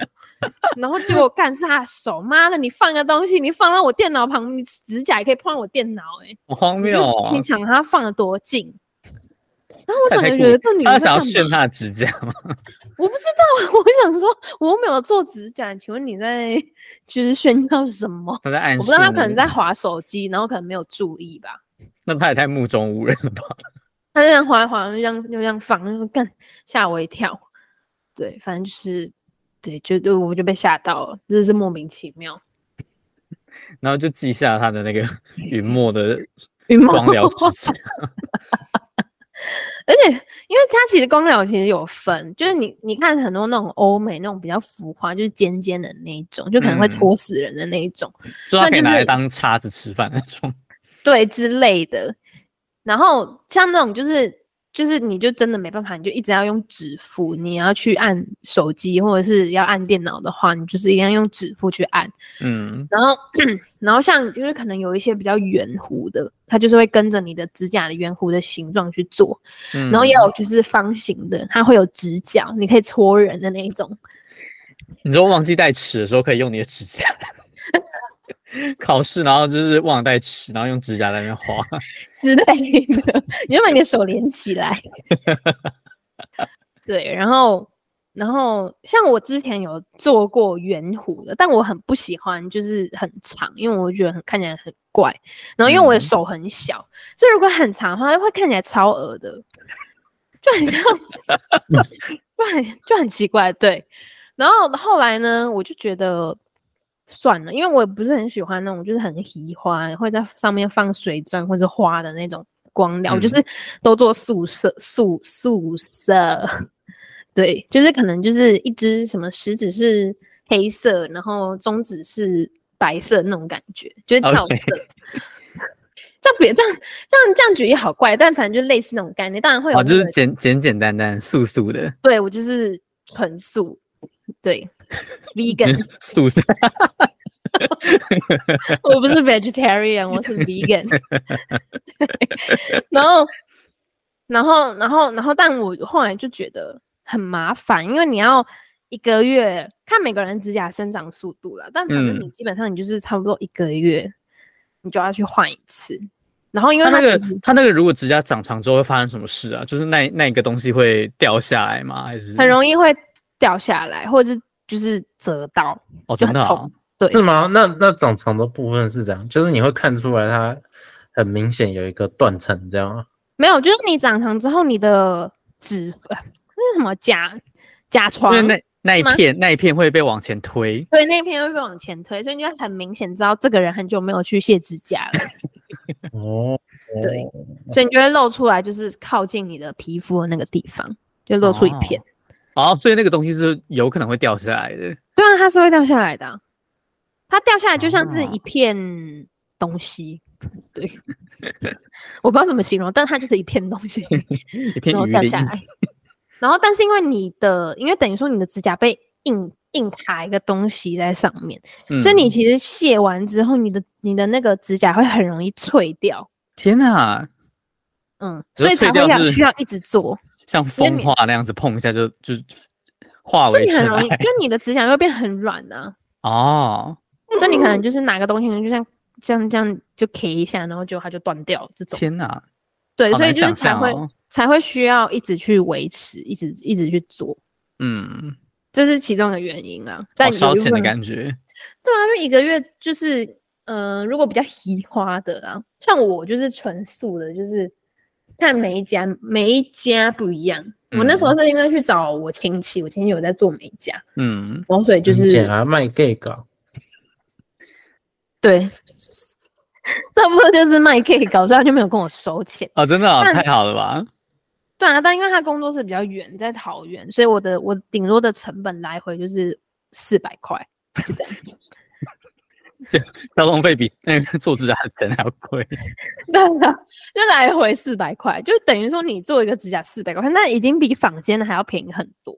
[SPEAKER 2] 哦。然后结果干是他的手，妈的，你放个东西，你放到我电脑旁，你指甲也可以碰到我电脑、欸，哎，
[SPEAKER 3] 好荒
[SPEAKER 2] 你
[SPEAKER 3] 谬
[SPEAKER 2] 就
[SPEAKER 3] 哦
[SPEAKER 2] 你！想它放得多近？然后我
[SPEAKER 3] 太
[SPEAKER 2] 整
[SPEAKER 3] 太
[SPEAKER 2] 个
[SPEAKER 3] 过
[SPEAKER 2] 觉得这女
[SPEAKER 3] 他
[SPEAKER 2] 人在
[SPEAKER 3] 想要
[SPEAKER 2] 干嘛
[SPEAKER 3] 炫他的指甲吗？
[SPEAKER 2] 我不知道，我想说，我又没有做指甲，请问你在就是炫耀什么？
[SPEAKER 3] 他在暗
[SPEAKER 2] 我
[SPEAKER 3] 示
[SPEAKER 2] 不知道他可能
[SPEAKER 3] 你
[SPEAKER 2] 在划手机，然后可能没有注意吧。
[SPEAKER 3] 那他也太目中无人了吧？
[SPEAKER 2] 他就这样划一划，就这样就这样放，就干吓我一跳。对，反正就是对，就就我就被吓到了，真的是莫名其妙。
[SPEAKER 3] 然后就记下他的那个云墨 的
[SPEAKER 2] 云梦
[SPEAKER 3] 光 疗指 甲，
[SPEAKER 2] 而且，因为它其实光疗其实有分，就是你你看很多那种欧美那种比较浮夸，就是尖尖的那一种，就可能会
[SPEAKER 3] 嗯
[SPEAKER 2] 戳死人的那一种。
[SPEAKER 3] 就他
[SPEAKER 2] 那
[SPEAKER 3] 可以
[SPEAKER 2] 就
[SPEAKER 3] 拿来
[SPEAKER 2] 是
[SPEAKER 3] 当叉子吃饭那种。
[SPEAKER 2] 对之类的。然后像那种就是就是你就真的没办法，你就一直要用指腹，你要去按手机或者是要按电脑的话，你就是一定要用指腹去按。
[SPEAKER 3] 嗯，
[SPEAKER 2] 然后 然后像就是可能有一些比较圆弧的，它就是会跟着你的指甲的圆弧的形状去做。
[SPEAKER 3] 然
[SPEAKER 2] 然后也有就是方形的，它会有直角，你可以戳人的那一种。
[SPEAKER 3] 你说忘记带尺的时候，可以用你的指甲。考试，然后就是忘了带尺，然后用指甲在那边划。
[SPEAKER 2] 之类的，你就把你的手连起来。对，然后然后像我之前有做过圆弧的，但我很不喜欢，就是很长，因为我觉得很看起来很怪。然后因为我的
[SPEAKER 3] 嗯
[SPEAKER 2] 手很小，所以如果很长的话，会看起来超恶的，就很像，就很就很奇怪。对，然后后来呢，我就觉得算了，因为我也不是很喜欢那种就是很奇花，会在上面放水钻或者花的那种光疗，我
[SPEAKER 3] 嗯
[SPEAKER 2] 就是都做素色素素色， 对，就是可能就是一只什么食指是黑色，然后中指是白色那种感觉，就是跳
[SPEAKER 3] OK
[SPEAKER 2] 色。 这样别这样这样这样举例好怪，但反正就类似那种概念，当然会有、
[SPEAKER 3] 哦，
[SPEAKER 2] 那
[SPEAKER 3] 就是
[SPEAKER 2] 个
[SPEAKER 3] 简简简单单、素素的
[SPEAKER 2] 对我就是纯素， 对，vegan，
[SPEAKER 3] 素素。
[SPEAKER 2] 我不是 vegetarian，我是 vegan。对然后，然后，然后，然后，但我后来就觉得很麻烦，因为你要一个月看每个人指甲生长速度了，但反正
[SPEAKER 3] 嗯
[SPEAKER 2] 你基本上你就是差不多一个月，你就要去换一次。然后，因为
[SPEAKER 3] 它
[SPEAKER 2] 它
[SPEAKER 3] 那个嗯
[SPEAKER 2] 其实
[SPEAKER 3] 它那个如果指甲长长之后会发生什么事啊？就是那那个东西会掉下来吗？还是
[SPEAKER 2] 很容易会掉下来，或者是就是折到，
[SPEAKER 3] 哦，
[SPEAKER 2] 就
[SPEAKER 3] 真的
[SPEAKER 2] 很
[SPEAKER 3] 哦
[SPEAKER 2] 痛，对
[SPEAKER 1] 是吗？那那长长的部分是这样，就是你会看出来它很明显有一个断层，这样啊
[SPEAKER 2] 没有，就是你长长之后，你的指呃那是什么甲甲
[SPEAKER 3] 因
[SPEAKER 2] 床
[SPEAKER 3] 为那那一
[SPEAKER 2] 吗
[SPEAKER 3] 片那一片会被往前推。
[SPEAKER 2] 对，那一篇会 被往前推，所以你就很明显知道这个人很久没有去卸指甲了。
[SPEAKER 1] 哦，
[SPEAKER 2] 嗯对所以你就会露出来，就是靠近你的皮肤的那个地方，就露出一片。
[SPEAKER 3] 哦，所以那个东西是有可能会掉下来的。
[SPEAKER 2] 对啊，它是会掉下来的啊、它掉下来就像是一
[SPEAKER 3] 哦
[SPEAKER 2] 片东西。对， 我不知道怎么形容，但它就是一片东西，
[SPEAKER 3] 一片
[SPEAKER 2] 然后
[SPEAKER 3] 鱼
[SPEAKER 2] 掉
[SPEAKER 3] 鳞
[SPEAKER 2] 下来。然后，但是因为你的，因为等于说你的指甲被硬硬卡一个东西在上面，所以你
[SPEAKER 3] 嗯
[SPEAKER 2] 其实卸完之后，你的你的那个指甲会很容易脆掉。
[SPEAKER 3] 天哪，
[SPEAKER 2] 嗯，
[SPEAKER 3] 你说
[SPEAKER 2] 所以
[SPEAKER 3] 脆
[SPEAKER 2] 才会
[SPEAKER 3] 掉
[SPEAKER 2] 要
[SPEAKER 3] 是
[SPEAKER 2] 需要一直做，
[SPEAKER 3] 像
[SPEAKER 2] 为
[SPEAKER 3] 风
[SPEAKER 2] 你
[SPEAKER 3] 化那样子碰一下就就化
[SPEAKER 2] 就
[SPEAKER 3] 为
[SPEAKER 2] 你
[SPEAKER 3] 尘
[SPEAKER 2] 很容易，
[SPEAKER 3] 埃
[SPEAKER 2] 就你的指甲会变很软啊。
[SPEAKER 3] 哦！
[SPEAKER 2] 那你可能就是拿个东西，就像这样这样就 K 一下，然后就它就断掉这种。
[SPEAKER 3] 天哪，
[SPEAKER 2] 对，
[SPEAKER 3] 好
[SPEAKER 2] 所以
[SPEAKER 3] 难
[SPEAKER 2] 就是
[SPEAKER 3] 想
[SPEAKER 2] 才
[SPEAKER 3] 象
[SPEAKER 2] 会、
[SPEAKER 3] 哦。
[SPEAKER 2] 才会需要一直去维持，一直一直去做，
[SPEAKER 3] 嗯，
[SPEAKER 2] 这是其中的原因啊。
[SPEAKER 3] 好
[SPEAKER 2] 但
[SPEAKER 3] 烧
[SPEAKER 2] 有一部
[SPEAKER 3] 钱的
[SPEAKER 2] 分
[SPEAKER 3] 感觉。
[SPEAKER 2] 对啊，就一个月就是，呃，如果比较喜花的啦，像我就是纯素的，就是看每一家每一家不一样。我那时候是因为去找我亲戚，我亲戚有在做美甲，
[SPEAKER 3] 嗯，
[SPEAKER 2] 然后所以就
[SPEAKER 1] 很
[SPEAKER 2] 是
[SPEAKER 1] 简啊，卖 gay 搞，
[SPEAKER 2] 对， 差不多就是卖 K 搞，所以他就没有跟我收钱。
[SPEAKER 3] 哦，真的哦、
[SPEAKER 2] 但
[SPEAKER 3] 太好了吧？
[SPEAKER 2] 对啊，但因为他工作室比较远，在桃园，所以我的我顶多的成本来回就是四百块，就这样。
[SPEAKER 3] 交通费比那个做指甲的钱还要贵。
[SPEAKER 2] 对啊， 就来回四百块，就等于说你做一个指甲四百块，那已经比坊间的还要便宜很多，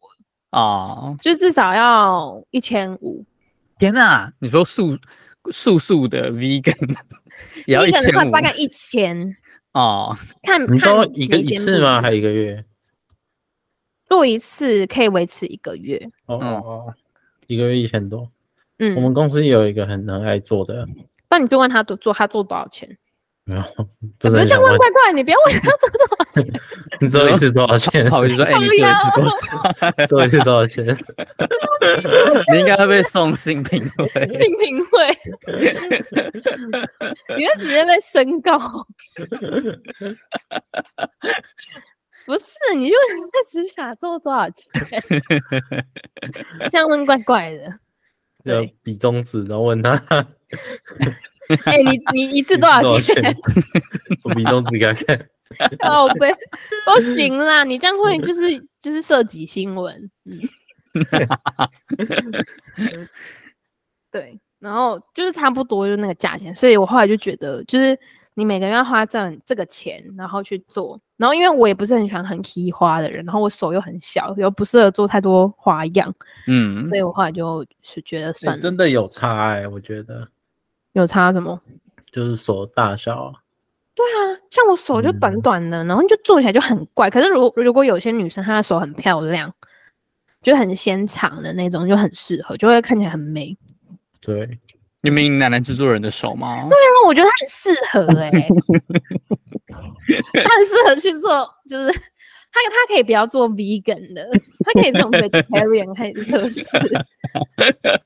[SPEAKER 3] 哦，
[SPEAKER 2] 就至少要一千五。
[SPEAKER 3] 天哪！你说素素素的 vegan 也要一
[SPEAKER 2] 可能
[SPEAKER 3] 千
[SPEAKER 2] 快
[SPEAKER 3] 五
[SPEAKER 2] 大概一千，
[SPEAKER 3] 哦，
[SPEAKER 2] 看
[SPEAKER 1] 你
[SPEAKER 2] 看
[SPEAKER 1] 说一个
[SPEAKER 2] 每
[SPEAKER 1] 一
[SPEAKER 2] 间
[SPEAKER 1] 次
[SPEAKER 2] 不
[SPEAKER 1] 吗？
[SPEAKER 2] 样
[SPEAKER 1] 还一个月？
[SPEAKER 2] 做一次可以维持一个月。
[SPEAKER 1] 哦
[SPEAKER 3] 嗯
[SPEAKER 1] 哦哦，一个月一千多。我
[SPEAKER 2] 嗯，
[SPEAKER 1] 们公司也有一个很很爱做的，
[SPEAKER 2] 那你就问他多做，他做多少钱？
[SPEAKER 1] 没有，
[SPEAKER 2] 不
[SPEAKER 1] 不是
[SPEAKER 2] 要
[SPEAKER 1] 很
[SPEAKER 2] 这
[SPEAKER 1] 想
[SPEAKER 2] 样
[SPEAKER 1] 问
[SPEAKER 2] 问，怪怪，你不要 问他做多少钱。
[SPEAKER 1] 你做一次多少钱？
[SPEAKER 3] 好，我就说，哎、你
[SPEAKER 2] 不
[SPEAKER 3] 做一
[SPEAKER 2] 要
[SPEAKER 3] 次多少？
[SPEAKER 1] 做一次 多少钱？
[SPEAKER 3] 你应该会被送性评 会。
[SPEAKER 2] 性评会，你会直接被申告。不是，你就问他指甲做多少 钱？这样问怪怪的。
[SPEAKER 1] 要
[SPEAKER 2] 对
[SPEAKER 1] 比中指，然后问他
[SPEAKER 2] 哎、你你一次
[SPEAKER 1] 你
[SPEAKER 2] 多少
[SPEAKER 1] 是
[SPEAKER 2] 钱？？
[SPEAKER 1] 我比中指给他看。
[SPEAKER 2] 哦，呗，不行啦，你这样
[SPEAKER 1] 嗯
[SPEAKER 2] 会就是就是涉及新闻。 嗯，对，然后就是差不多就是那个价钱，所以我后来就觉得，就是你每个月要花这样这个钱，然后去做，然后因为我也不是很喜欢很 key 花的人，然后我手又很小，又不适合做太多花样，
[SPEAKER 3] 嗯
[SPEAKER 2] 所，以我后来就是觉得
[SPEAKER 1] 哎
[SPEAKER 2] 算了，
[SPEAKER 1] 真的有差哎，我觉得
[SPEAKER 2] 有差什么？
[SPEAKER 1] 就是手大小啊，
[SPEAKER 2] 对啊，像我手就短
[SPEAKER 1] 嗯
[SPEAKER 2] 短的，然后就做起来就很怪。可是如如果有些女生她的手很漂亮，就很纤长的那种，就很适合，就会看起来很美。
[SPEAKER 1] 对，
[SPEAKER 3] 你们奶奶制作人的手吗？
[SPEAKER 2] 但我觉得她很适合哎、她很适合去做，就是她她可以不要做 vegan 的，她可以从 vegetarian 开始测试，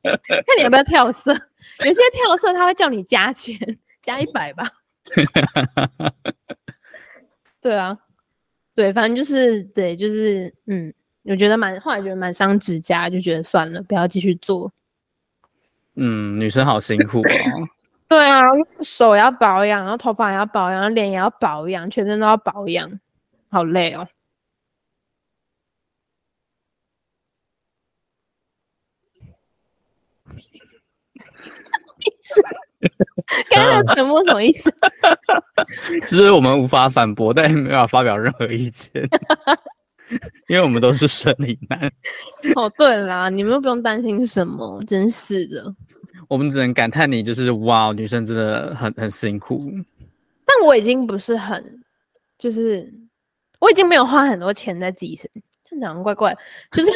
[SPEAKER 2] 看你有没有跳色。有些跳色他会叫你加钱，加一百吧。对啊，对，反正就是对，就是嗯，我觉得蛮，后来觉得蛮伤指甲，就觉得算了，不要继续做。
[SPEAKER 3] 嗯，女生好辛苦哦。
[SPEAKER 2] 对啊，手也要保养，然后头发也要保养，脸也要保养，全身都要保养，好累 哦。刚 刚的沉默什么意思？
[SPEAKER 3] 就是我们无法反驳，但也没办法发表任何意见， 因为我们都是生理男，
[SPEAKER 2] 哦，对啦，你们又不用担心什么，真是的。
[SPEAKER 3] 我们只能感叹你就是哇，女生真的很很辛苦。
[SPEAKER 2] 但我已经不是很，就是我已经没有花很多钱在自己身，这样讲怪怪的，就是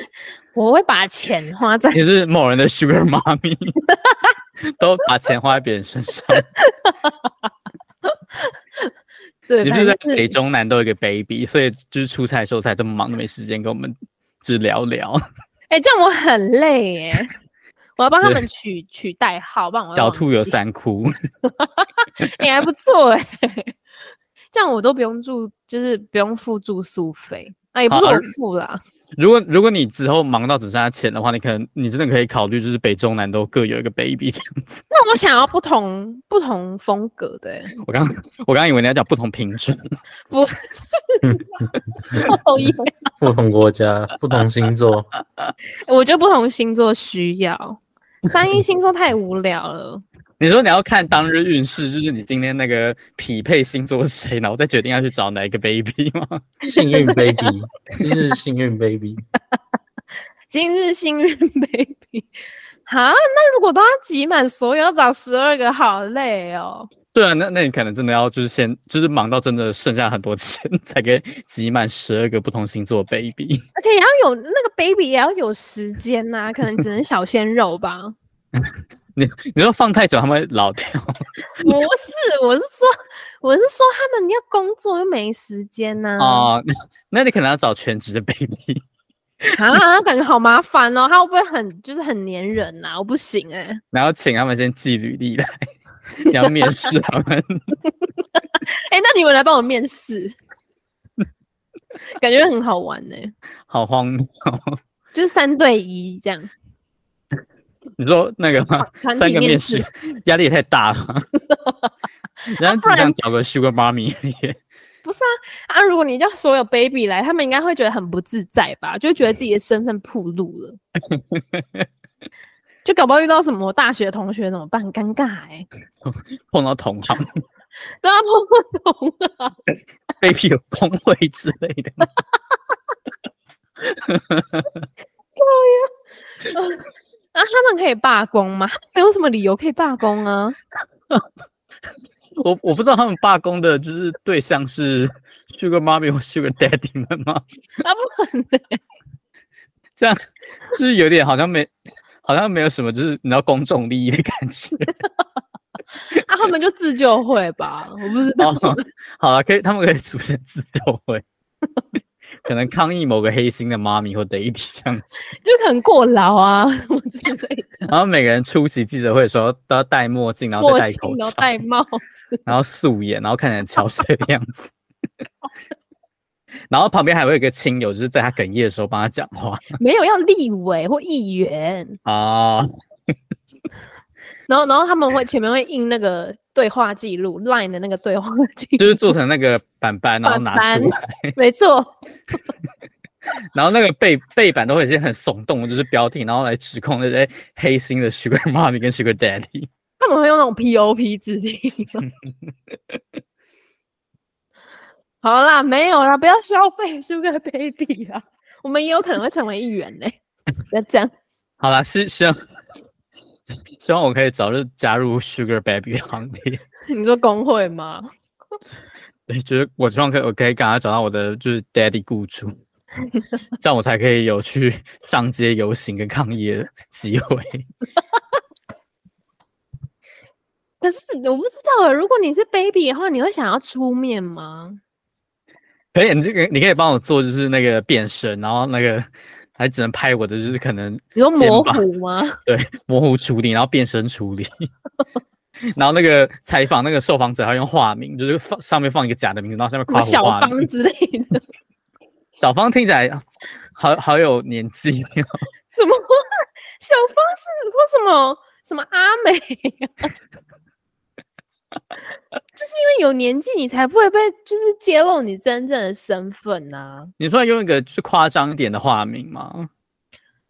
[SPEAKER 2] 我会把钱花在
[SPEAKER 3] 你是某人的 sugar 妈咪， 都把钱花在别人身上。
[SPEAKER 2] 对，
[SPEAKER 3] 你
[SPEAKER 2] 反
[SPEAKER 3] 是
[SPEAKER 2] 正
[SPEAKER 3] 在
[SPEAKER 2] 就是
[SPEAKER 3] 北中南都有一个 baby，所以就是出差的时候才这么忙，没时间跟我们只聊聊。
[SPEAKER 2] 哎、这样我很累耶。我要帮他
[SPEAKER 3] 对
[SPEAKER 2] 们取取代号，不然我会
[SPEAKER 3] 小
[SPEAKER 2] 忘
[SPEAKER 3] 兔有
[SPEAKER 2] 记，
[SPEAKER 3] 三哭，
[SPEAKER 2] 哎、还不错哎。这样我都不用住，就是不用付住宿费啊，也不
[SPEAKER 3] 好
[SPEAKER 2] 是
[SPEAKER 3] 啊
[SPEAKER 2] 我
[SPEAKER 3] 如
[SPEAKER 2] 付啦。
[SPEAKER 3] 如果如果你之后忙到只剩下钱的话，你可能你真的可以考虑，就是北中南都各有一个 baby 这样子。
[SPEAKER 2] 那我想要不同不同风格的欸、
[SPEAKER 3] 我刚 我刚以为你要讲不同品种，
[SPEAKER 2] 不是 啊，哦耶！
[SPEAKER 1] 不同国家、 不同星座，
[SPEAKER 2] 我觉得不同星座需要，单一星座太无聊了。
[SPEAKER 3] 你说你要看当日运势，就是你今天那个匹配星座是谁，然后再决定要去找哪一个 baby 吗？
[SPEAKER 1] 幸运 baby，今日幸运 baby，
[SPEAKER 2] 今日幸运 baby，哈，那如果都要集满所有，要找十二个，好累哦。
[SPEAKER 3] 对啊，那那你可能真的要就是先就是忙到真的剩下很多钱，才可以集满十二个不同星座的 baby。
[SPEAKER 2] 而且也要有那个 baby，也要有时间呐、可能只能小鲜肉吧。
[SPEAKER 3] 你你说放太久他们会老掉，
[SPEAKER 2] 不是，我是说，我是说他们要工作又没时间呐、啊。
[SPEAKER 3] 哦，那你可能要找全职的 baby。
[SPEAKER 2] 啊，感觉好麻烦哦。他会不会很就是很粘人呐、我不行哎、
[SPEAKER 3] 然后请他们先寄履历来， 你要面试他们。
[SPEAKER 2] 哎、那你们来帮我面试， 感觉很好玩呢、
[SPEAKER 3] 好荒谬！
[SPEAKER 2] 就是三对一这样。
[SPEAKER 3] 你说那个吗？
[SPEAKER 2] 哦团
[SPEAKER 3] 三
[SPEAKER 2] 体
[SPEAKER 3] 个
[SPEAKER 2] 面
[SPEAKER 3] 面
[SPEAKER 2] 试啊
[SPEAKER 3] 试压力也太大 了，人家
[SPEAKER 2] 不
[SPEAKER 3] 只
[SPEAKER 2] 然
[SPEAKER 3] 想找个 sugar mommy 而已。
[SPEAKER 2] 不是啊啊！如果你叫所有 baby 来，他们应该会觉得很不自在吧？就觉得自己的身份暴露了，就搞不好遇到什么大学同学怎么办？很尴尬哎、
[SPEAKER 3] 碰到同行
[SPEAKER 2] 都要碰不懂啊！
[SPEAKER 3] baby 有工会之类的吗，
[SPEAKER 2] 啊，他们可以罢工吗？没有什么理由可以罢工啊！
[SPEAKER 3] 我我不知道他们罢工的就是对象是 sugar mommy 或 sugar daddy 们吗？
[SPEAKER 2] 啊，不可能，
[SPEAKER 3] 这样就是有点好像没。好像没有什么，就是你知道公众利益的感 觉。
[SPEAKER 2] 啊，他们就自救会吧？我不知道。
[SPEAKER 3] 哦好了，可以，他们可以组成自救会， 可能抗议某个黑心的妈咪或 daddy 这样子。
[SPEAKER 2] 就可能过劳啊什么之类的，
[SPEAKER 3] 然后每个人出席记者会的时候都要戴墨镜，然后
[SPEAKER 2] 墨
[SPEAKER 3] 再戴
[SPEAKER 2] 镜
[SPEAKER 3] 口
[SPEAKER 2] 然后
[SPEAKER 3] 罩，
[SPEAKER 2] 戴帽子，
[SPEAKER 3] 然后素颜，然后看起来憔悴的样子。 然后旁边还会有一个亲友，就是在他哽咽的时候帮他讲话
[SPEAKER 2] 没有要立委或议员，
[SPEAKER 3] 啊、
[SPEAKER 2] 然后然后他们会前面会印那个对话记录，Line 的那个对话记
[SPEAKER 3] 就
[SPEAKER 2] 录，
[SPEAKER 3] 是做成那个板板，然后拿
[SPEAKER 2] 板
[SPEAKER 3] 出
[SPEAKER 2] 板
[SPEAKER 3] 来，
[SPEAKER 2] 没错，
[SPEAKER 3] 然后那个背背板都会有一些很耸动的，就是标题，然后来指控那些黑心的 Sugar Mommy 跟 Sugar Daddy。
[SPEAKER 2] 他们会用那种 POP 字体。好啦，没有啦，不要消费 Sugar Baby 啦，我们也有可能会成为一 员呢、不要这样，
[SPEAKER 3] 好啦，希希望 希望我可以早日加入 Sugar Baby 行列。
[SPEAKER 2] 你说工会吗？
[SPEAKER 3] 对，就是我希望可以我可以赶快找到我的就是 daddy 雇 主，这样我才可以有去 上街游行跟抗议的机会。
[SPEAKER 2] 可是我不知道啊，如果你是 baby 的话，你会想要出面吗？
[SPEAKER 3] 可以，你这个你可以帮我做就是那个变身，然后那个还只能拍我的就是可能
[SPEAKER 2] 你说
[SPEAKER 3] 肩
[SPEAKER 2] 模
[SPEAKER 3] 膀
[SPEAKER 2] 糊 吗？
[SPEAKER 3] 对模糊处理，然后变身处 理。然后那个采访那个受访者还用化名，就是放上面放一个假的名字，然后下面
[SPEAKER 2] 什么
[SPEAKER 3] 夸
[SPEAKER 2] 小
[SPEAKER 3] 我化
[SPEAKER 2] 芳
[SPEAKER 3] 名。
[SPEAKER 2] 之类的，
[SPEAKER 3] 小芳听起来好好有年纪 哦，
[SPEAKER 2] 什么 小芳是说什么什么阿美、啊， 就是因为有年纪，你才不会被就是揭露你真正的身份呐、
[SPEAKER 3] 你说用一个就是夸张一点的化名吗？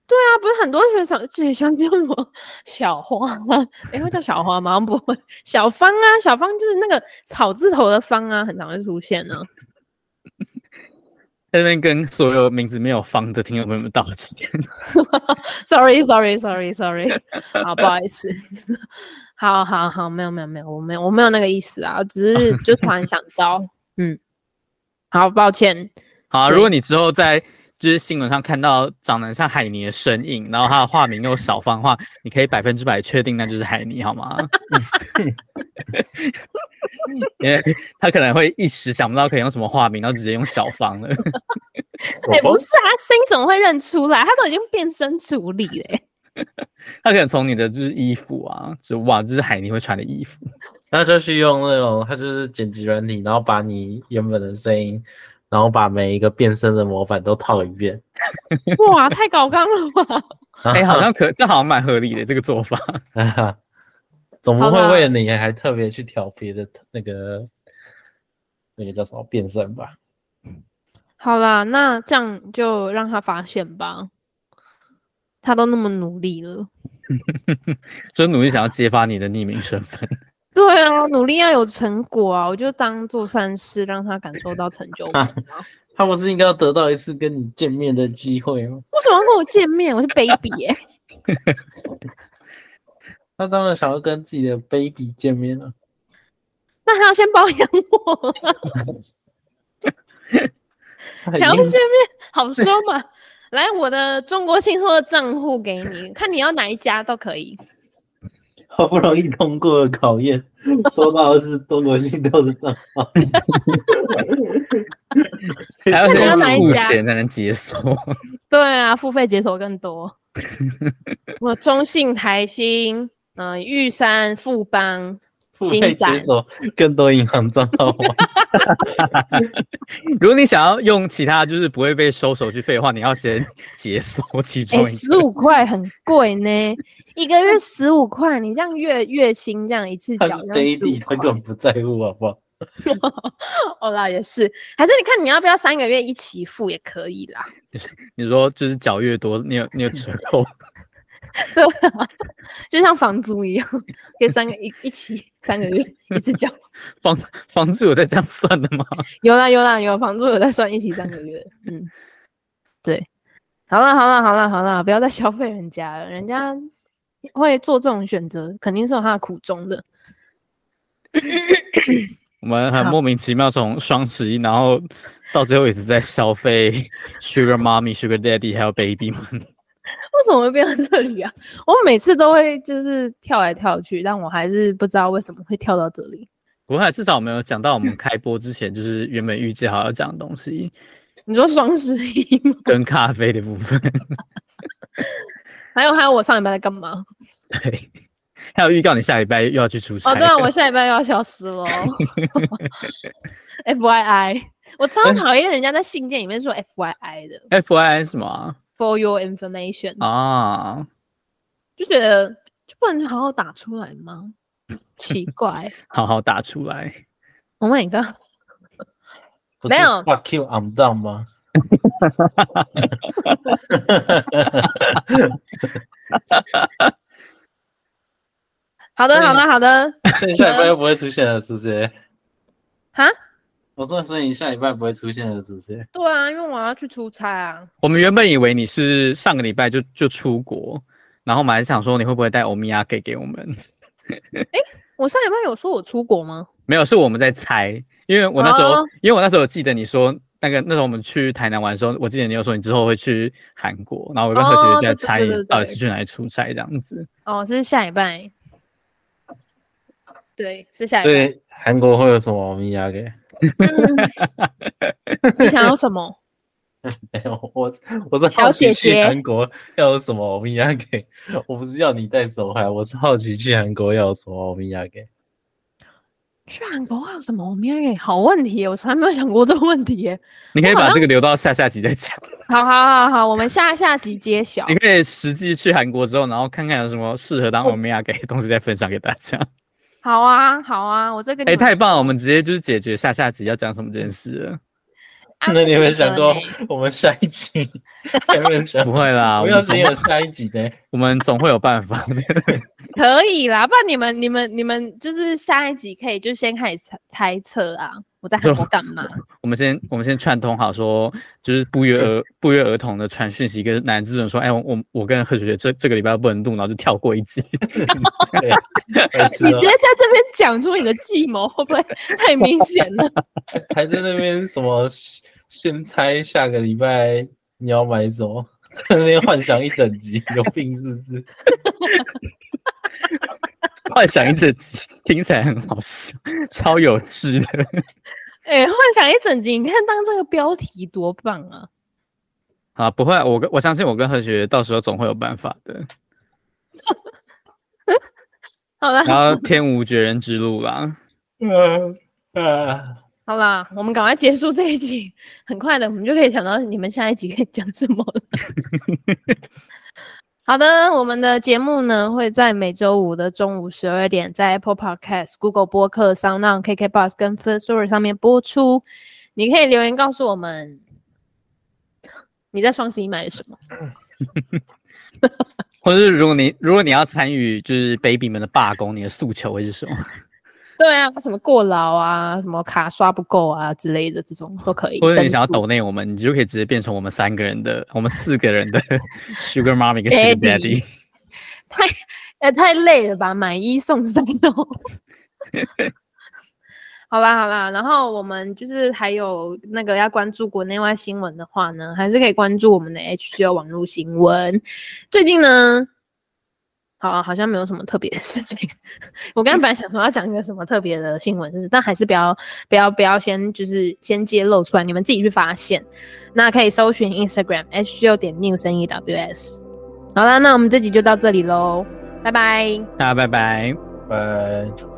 [SPEAKER 2] 对啊，不是很多学生也喜欢叫我小花啊，诶，会叫小花吗？好像不会，小芳啊，小芳就是那个草字头的芳啊，很常会出现呢、啊。
[SPEAKER 3] 在这边跟所有名字没有方的听众朋友们道歉。
[SPEAKER 2] Sorry, sorry, sorry, sorry 。 好，不好意思。好好好，没有没有没有，我没有我没有那个意思啊，只是就突然想到，嗯，好抱歉。
[SPEAKER 3] 好啊、
[SPEAKER 2] 对
[SPEAKER 3] 如果你之后在就是新闻上看到长得像海尼的身影，然后他的化名又少方的话，你可以百分之百确定那就是海尼，好吗？ 因为他可能会一时想不到可以用什么化名，然后直接用小方了。
[SPEAKER 2] 哎、不是啊，声音怎么会认出来？他都已经变身处理嘞、
[SPEAKER 3] 他可能从你的就是衣服啊，就哇，这是海尼会穿的衣服。
[SPEAKER 1] 他就去用那种，他就是剪辑软体，然后把你原本的声音然后把每一个变身的模板都套一遍。
[SPEAKER 2] 哇，太搞纲了吧？
[SPEAKER 3] 哎、好像可这好像蛮合理的这个做法。
[SPEAKER 1] 啊， 总不
[SPEAKER 2] 好
[SPEAKER 1] 会
[SPEAKER 2] 啦
[SPEAKER 1] 为了你还特别去调别的那个那个叫什么变身吧？
[SPEAKER 2] 好啦，那这样就让他发现吧。他都那么努力了，
[SPEAKER 3] 就是努力想要揭发你的匿名身份。
[SPEAKER 2] 对啊，努力要有成果啊！我就当做善事，让他感受到成就感啊。
[SPEAKER 1] 他不是应该要得到一次跟你见面的机会吗？
[SPEAKER 2] 为什么要跟我见面？我是 baby 欸耶、
[SPEAKER 1] 他当然想要跟自己的 baby 见面啊了。
[SPEAKER 2] 那他要先包养我，
[SPEAKER 1] 他已
[SPEAKER 2] 想要
[SPEAKER 1] 经
[SPEAKER 2] 见面好说嘛。 来，我的中国信托的账户给 你，看你要哪一家都可以。
[SPEAKER 1] 好不容易通过了考验，收到的是中国信托的账 号。
[SPEAKER 3] 还要
[SPEAKER 2] 是要
[SPEAKER 3] 先
[SPEAKER 2] 哪一
[SPEAKER 3] 付
[SPEAKER 2] 家
[SPEAKER 3] 钱才能解锁。
[SPEAKER 2] 对啊，付费解锁更多。 我中信、台新、嗯、玉山、富邦、
[SPEAKER 1] 付费解锁更多银行账号 吗？
[SPEAKER 3] 如果你想要用其他就是不会被收手续费的话，你要先解锁其中
[SPEAKER 2] 哎，
[SPEAKER 3] 一
[SPEAKER 2] 十
[SPEAKER 3] 个。
[SPEAKER 2] 五块很贵 呢，一个月十五块，你这样月月薪这样一次
[SPEAKER 1] 他
[SPEAKER 2] 缴
[SPEAKER 1] 是
[SPEAKER 2] 这样十五
[SPEAKER 1] baby，他
[SPEAKER 2] 块
[SPEAKER 1] 根，本不在乎，好不好？
[SPEAKER 2] 哦啦也是，还是你看你要不要三个月一起付也可以啦。
[SPEAKER 3] 你说就是缴越多，你有你有折扣，
[SPEAKER 2] 对啊，就像房租一样，可以三个一一起三个月一次缴。
[SPEAKER 3] 房房租有在这样算的吗？
[SPEAKER 2] 有啦有啦有，房租有在算一起三个月。嗯，对，好啦好啦好啦好啦，不要再消费人家了，人家会做这种选择，肯定是有他的苦衷的。
[SPEAKER 3] 我们很
[SPEAKER 2] 好
[SPEAKER 3] 莫名其妙从双十一，然后到最后一直在消费 Sugar Mommy、Sugar Daddy 还有 Baby 们。
[SPEAKER 2] 为什么会变到这里啊？我每次都会就是跳来跳去，但我还是不知道为什么会跳到这里。
[SPEAKER 3] 不过至少我们有讲到我们开播之前就是原本预计好要讲的东西，
[SPEAKER 2] 你说双十一吗？
[SPEAKER 3] 跟咖啡的部分，
[SPEAKER 2] 还有还有，我上礼拜在干嘛？
[SPEAKER 3] 对，还有预告你下礼拜又要去出差。
[SPEAKER 2] 哦，对 啊，我下礼拜又要消失喽。F Y I，我超讨厌人家在信件里面说 F Y I 的
[SPEAKER 3] F Y I 什么啊
[SPEAKER 2] ，For your information，、
[SPEAKER 3] 啊？
[SPEAKER 2] 就觉得就不能好好打出来吗？ 奇怪
[SPEAKER 3] 好好打出来，
[SPEAKER 2] ，Oh my god！
[SPEAKER 1] 不是
[SPEAKER 2] 没有
[SPEAKER 1] fuck you I'm done 吗？
[SPEAKER 2] 好的，好的，好的，
[SPEAKER 1] 所以 下礼拜又不会出现了，是不是？
[SPEAKER 2] 哈，
[SPEAKER 1] 我说，所以你下礼拜不会出现了，是不是？
[SPEAKER 2] 对啊，因为我要去出差啊。
[SPEAKER 3] 我们原本以为你是上个礼拜就就出国，然后我们还想说你会不会带欧米亚给给我们？
[SPEAKER 2] 我上礼拜有说我出国吗？
[SPEAKER 3] 没有，是我们在猜，因为我那时候，
[SPEAKER 2] 哦
[SPEAKER 3] 因为我那时候记得你说那个那时候我们去台南玩的时候，我记得你有说你之后会去韩国，然后我跟
[SPEAKER 2] 哦
[SPEAKER 3] 何学就在
[SPEAKER 2] 对对
[SPEAKER 3] 猜
[SPEAKER 2] 对
[SPEAKER 3] 你
[SPEAKER 2] 对
[SPEAKER 3] 到底
[SPEAKER 2] 对
[SPEAKER 3] 是去哪里出差这样子。
[SPEAKER 2] 哦，是下礼拜。对，是下礼拜。
[SPEAKER 1] 对，韩国会有什么米亚给？
[SPEAKER 2] 嗯你想要什么？
[SPEAKER 1] 没有，我我是
[SPEAKER 2] 小
[SPEAKER 1] 好奇
[SPEAKER 2] 姐
[SPEAKER 1] 去
[SPEAKER 2] 姐
[SPEAKER 1] 韩国要有什么米亚给， 我不是要你带手牌，我是好奇去韩国要有什么米亚给。
[SPEAKER 2] 去韩国会有什么？我明天给好问题耶，我从来没有想过这个问题耶。
[SPEAKER 3] 你可以
[SPEAKER 2] 我好
[SPEAKER 3] 把
[SPEAKER 2] 像
[SPEAKER 3] 这个留到下下集再讲，
[SPEAKER 2] 好好好好，我们下下集揭晓。
[SPEAKER 3] 你可以实际去韩国之后，然后看看有什么适合当欧米亚给的东西再分享给大 家。
[SPEAKER 2] 好啊好啊，我这个
[SPEAKER 3] 哎、太棒了，我们直接就是解决下下集要讲什么这件事了。
[SPEAKER 2] 啊
[SPEAKER 1] 那你有没有想过我们下一 集？有没有想
[SPEAKER 3] 不？会啦，
[SPEAKER 1] 我
[SPEAKER 3] 我
[SPEAKER 1] 们
[SPEAKER 3] 们
[SPEAKER 1] 要是
[SPEAKER 3] 总
[SPEAKER 1] 也有下一集呢？
[SPEAKER 3] 我们总会有办法的。
[SPEAKER 2] 可以啦，不然你们、你们、你们就是下一集可以就先开始猜猜测啊，我在韩国干 嘛？
[SPEAKER 3] 我们先我们先串通好说，就是不约而不约而同的传讯息跟男志准说，哎、我我我跟贺学学这这个礼拜不能录，然后就跳过一集。
[SPEAKER 1] 对，白痴
[SPEAKER 3] 啊
[SPEAKER 2] 你
[SPEAKER 1] 哦
[SPEAKER 2] 直接在这边讲出你的计谋，会不会太明显 了？
[SPEAKER 1] 还在那边什么先猜下个礼拜你要买什么，在那边幻想一整集，有病是不是？
[SPEAKER 3] 幻想一整集，听起来很好笑， 超有趣的。
[SPEAKER 2] 哎、幻想一整集，你看当这个标题多棒啊！
[SPEAKER 3] 啊，不会啊，我跟我相信我跟何学到时候总会有办法的。
[SPEAKER 2] 好了，
[SPEAKER 3] 然后天无绝人之路啦，
[SPEAKER 1] 嗯啊，
[SPEAKER 2] 好啦，我们赶快结束这一集，很快的，我们就可以想到你们下一集可以讲什么了。 好的，我们的节目呢会在每周五的中午十二点，在 Apple Podcast、Google 播客、Sound On、KKBox 跟 First Story 上面播出。你可以留言告诉我们你在双十一买了什么。
[SPEAKER 3] 或者是如果你如果你要参与就是 baby 们的罢工，你的诉求会是什么？
[SPEAKER 2] 对啊，什么过劳啊，什么卡刷不够啊之类的，这种都可以。
[SPEAKER 3] 或者你
[SPEAKER 2] 申
[SPEAKER 3] 想要
[SPEAKER 2] 诉
[SPEAKER 3] 抖内我们，你就可以直接变成我们三个人的，我们四个人的 Sugar Mommy 跟 Sugar
[SPEAKER 2] Daddy
[SPEAKER 3] Daddy。
[SPEAKER 2] 太呃太累了吧，买一送三哦。 好啦好啦，然后我们就是还有那个要关注国内外新闻的话呢，还是可以关注我们的 HGO 网络新闻。最近呢，好、好像没有什么特别的事情。 我刚刚本来想说要讲一个什么特别的新闻，就是但还是不要不要不要先就是先揭露出来，你们自己去发现。那可以搜寻 Instagram HGO 点 news n e w s。好啦，那我们这集就到这里喽，拜拜。
[SPEAKER 3] 大家拜拜。
[SPEAKER 1] 拜。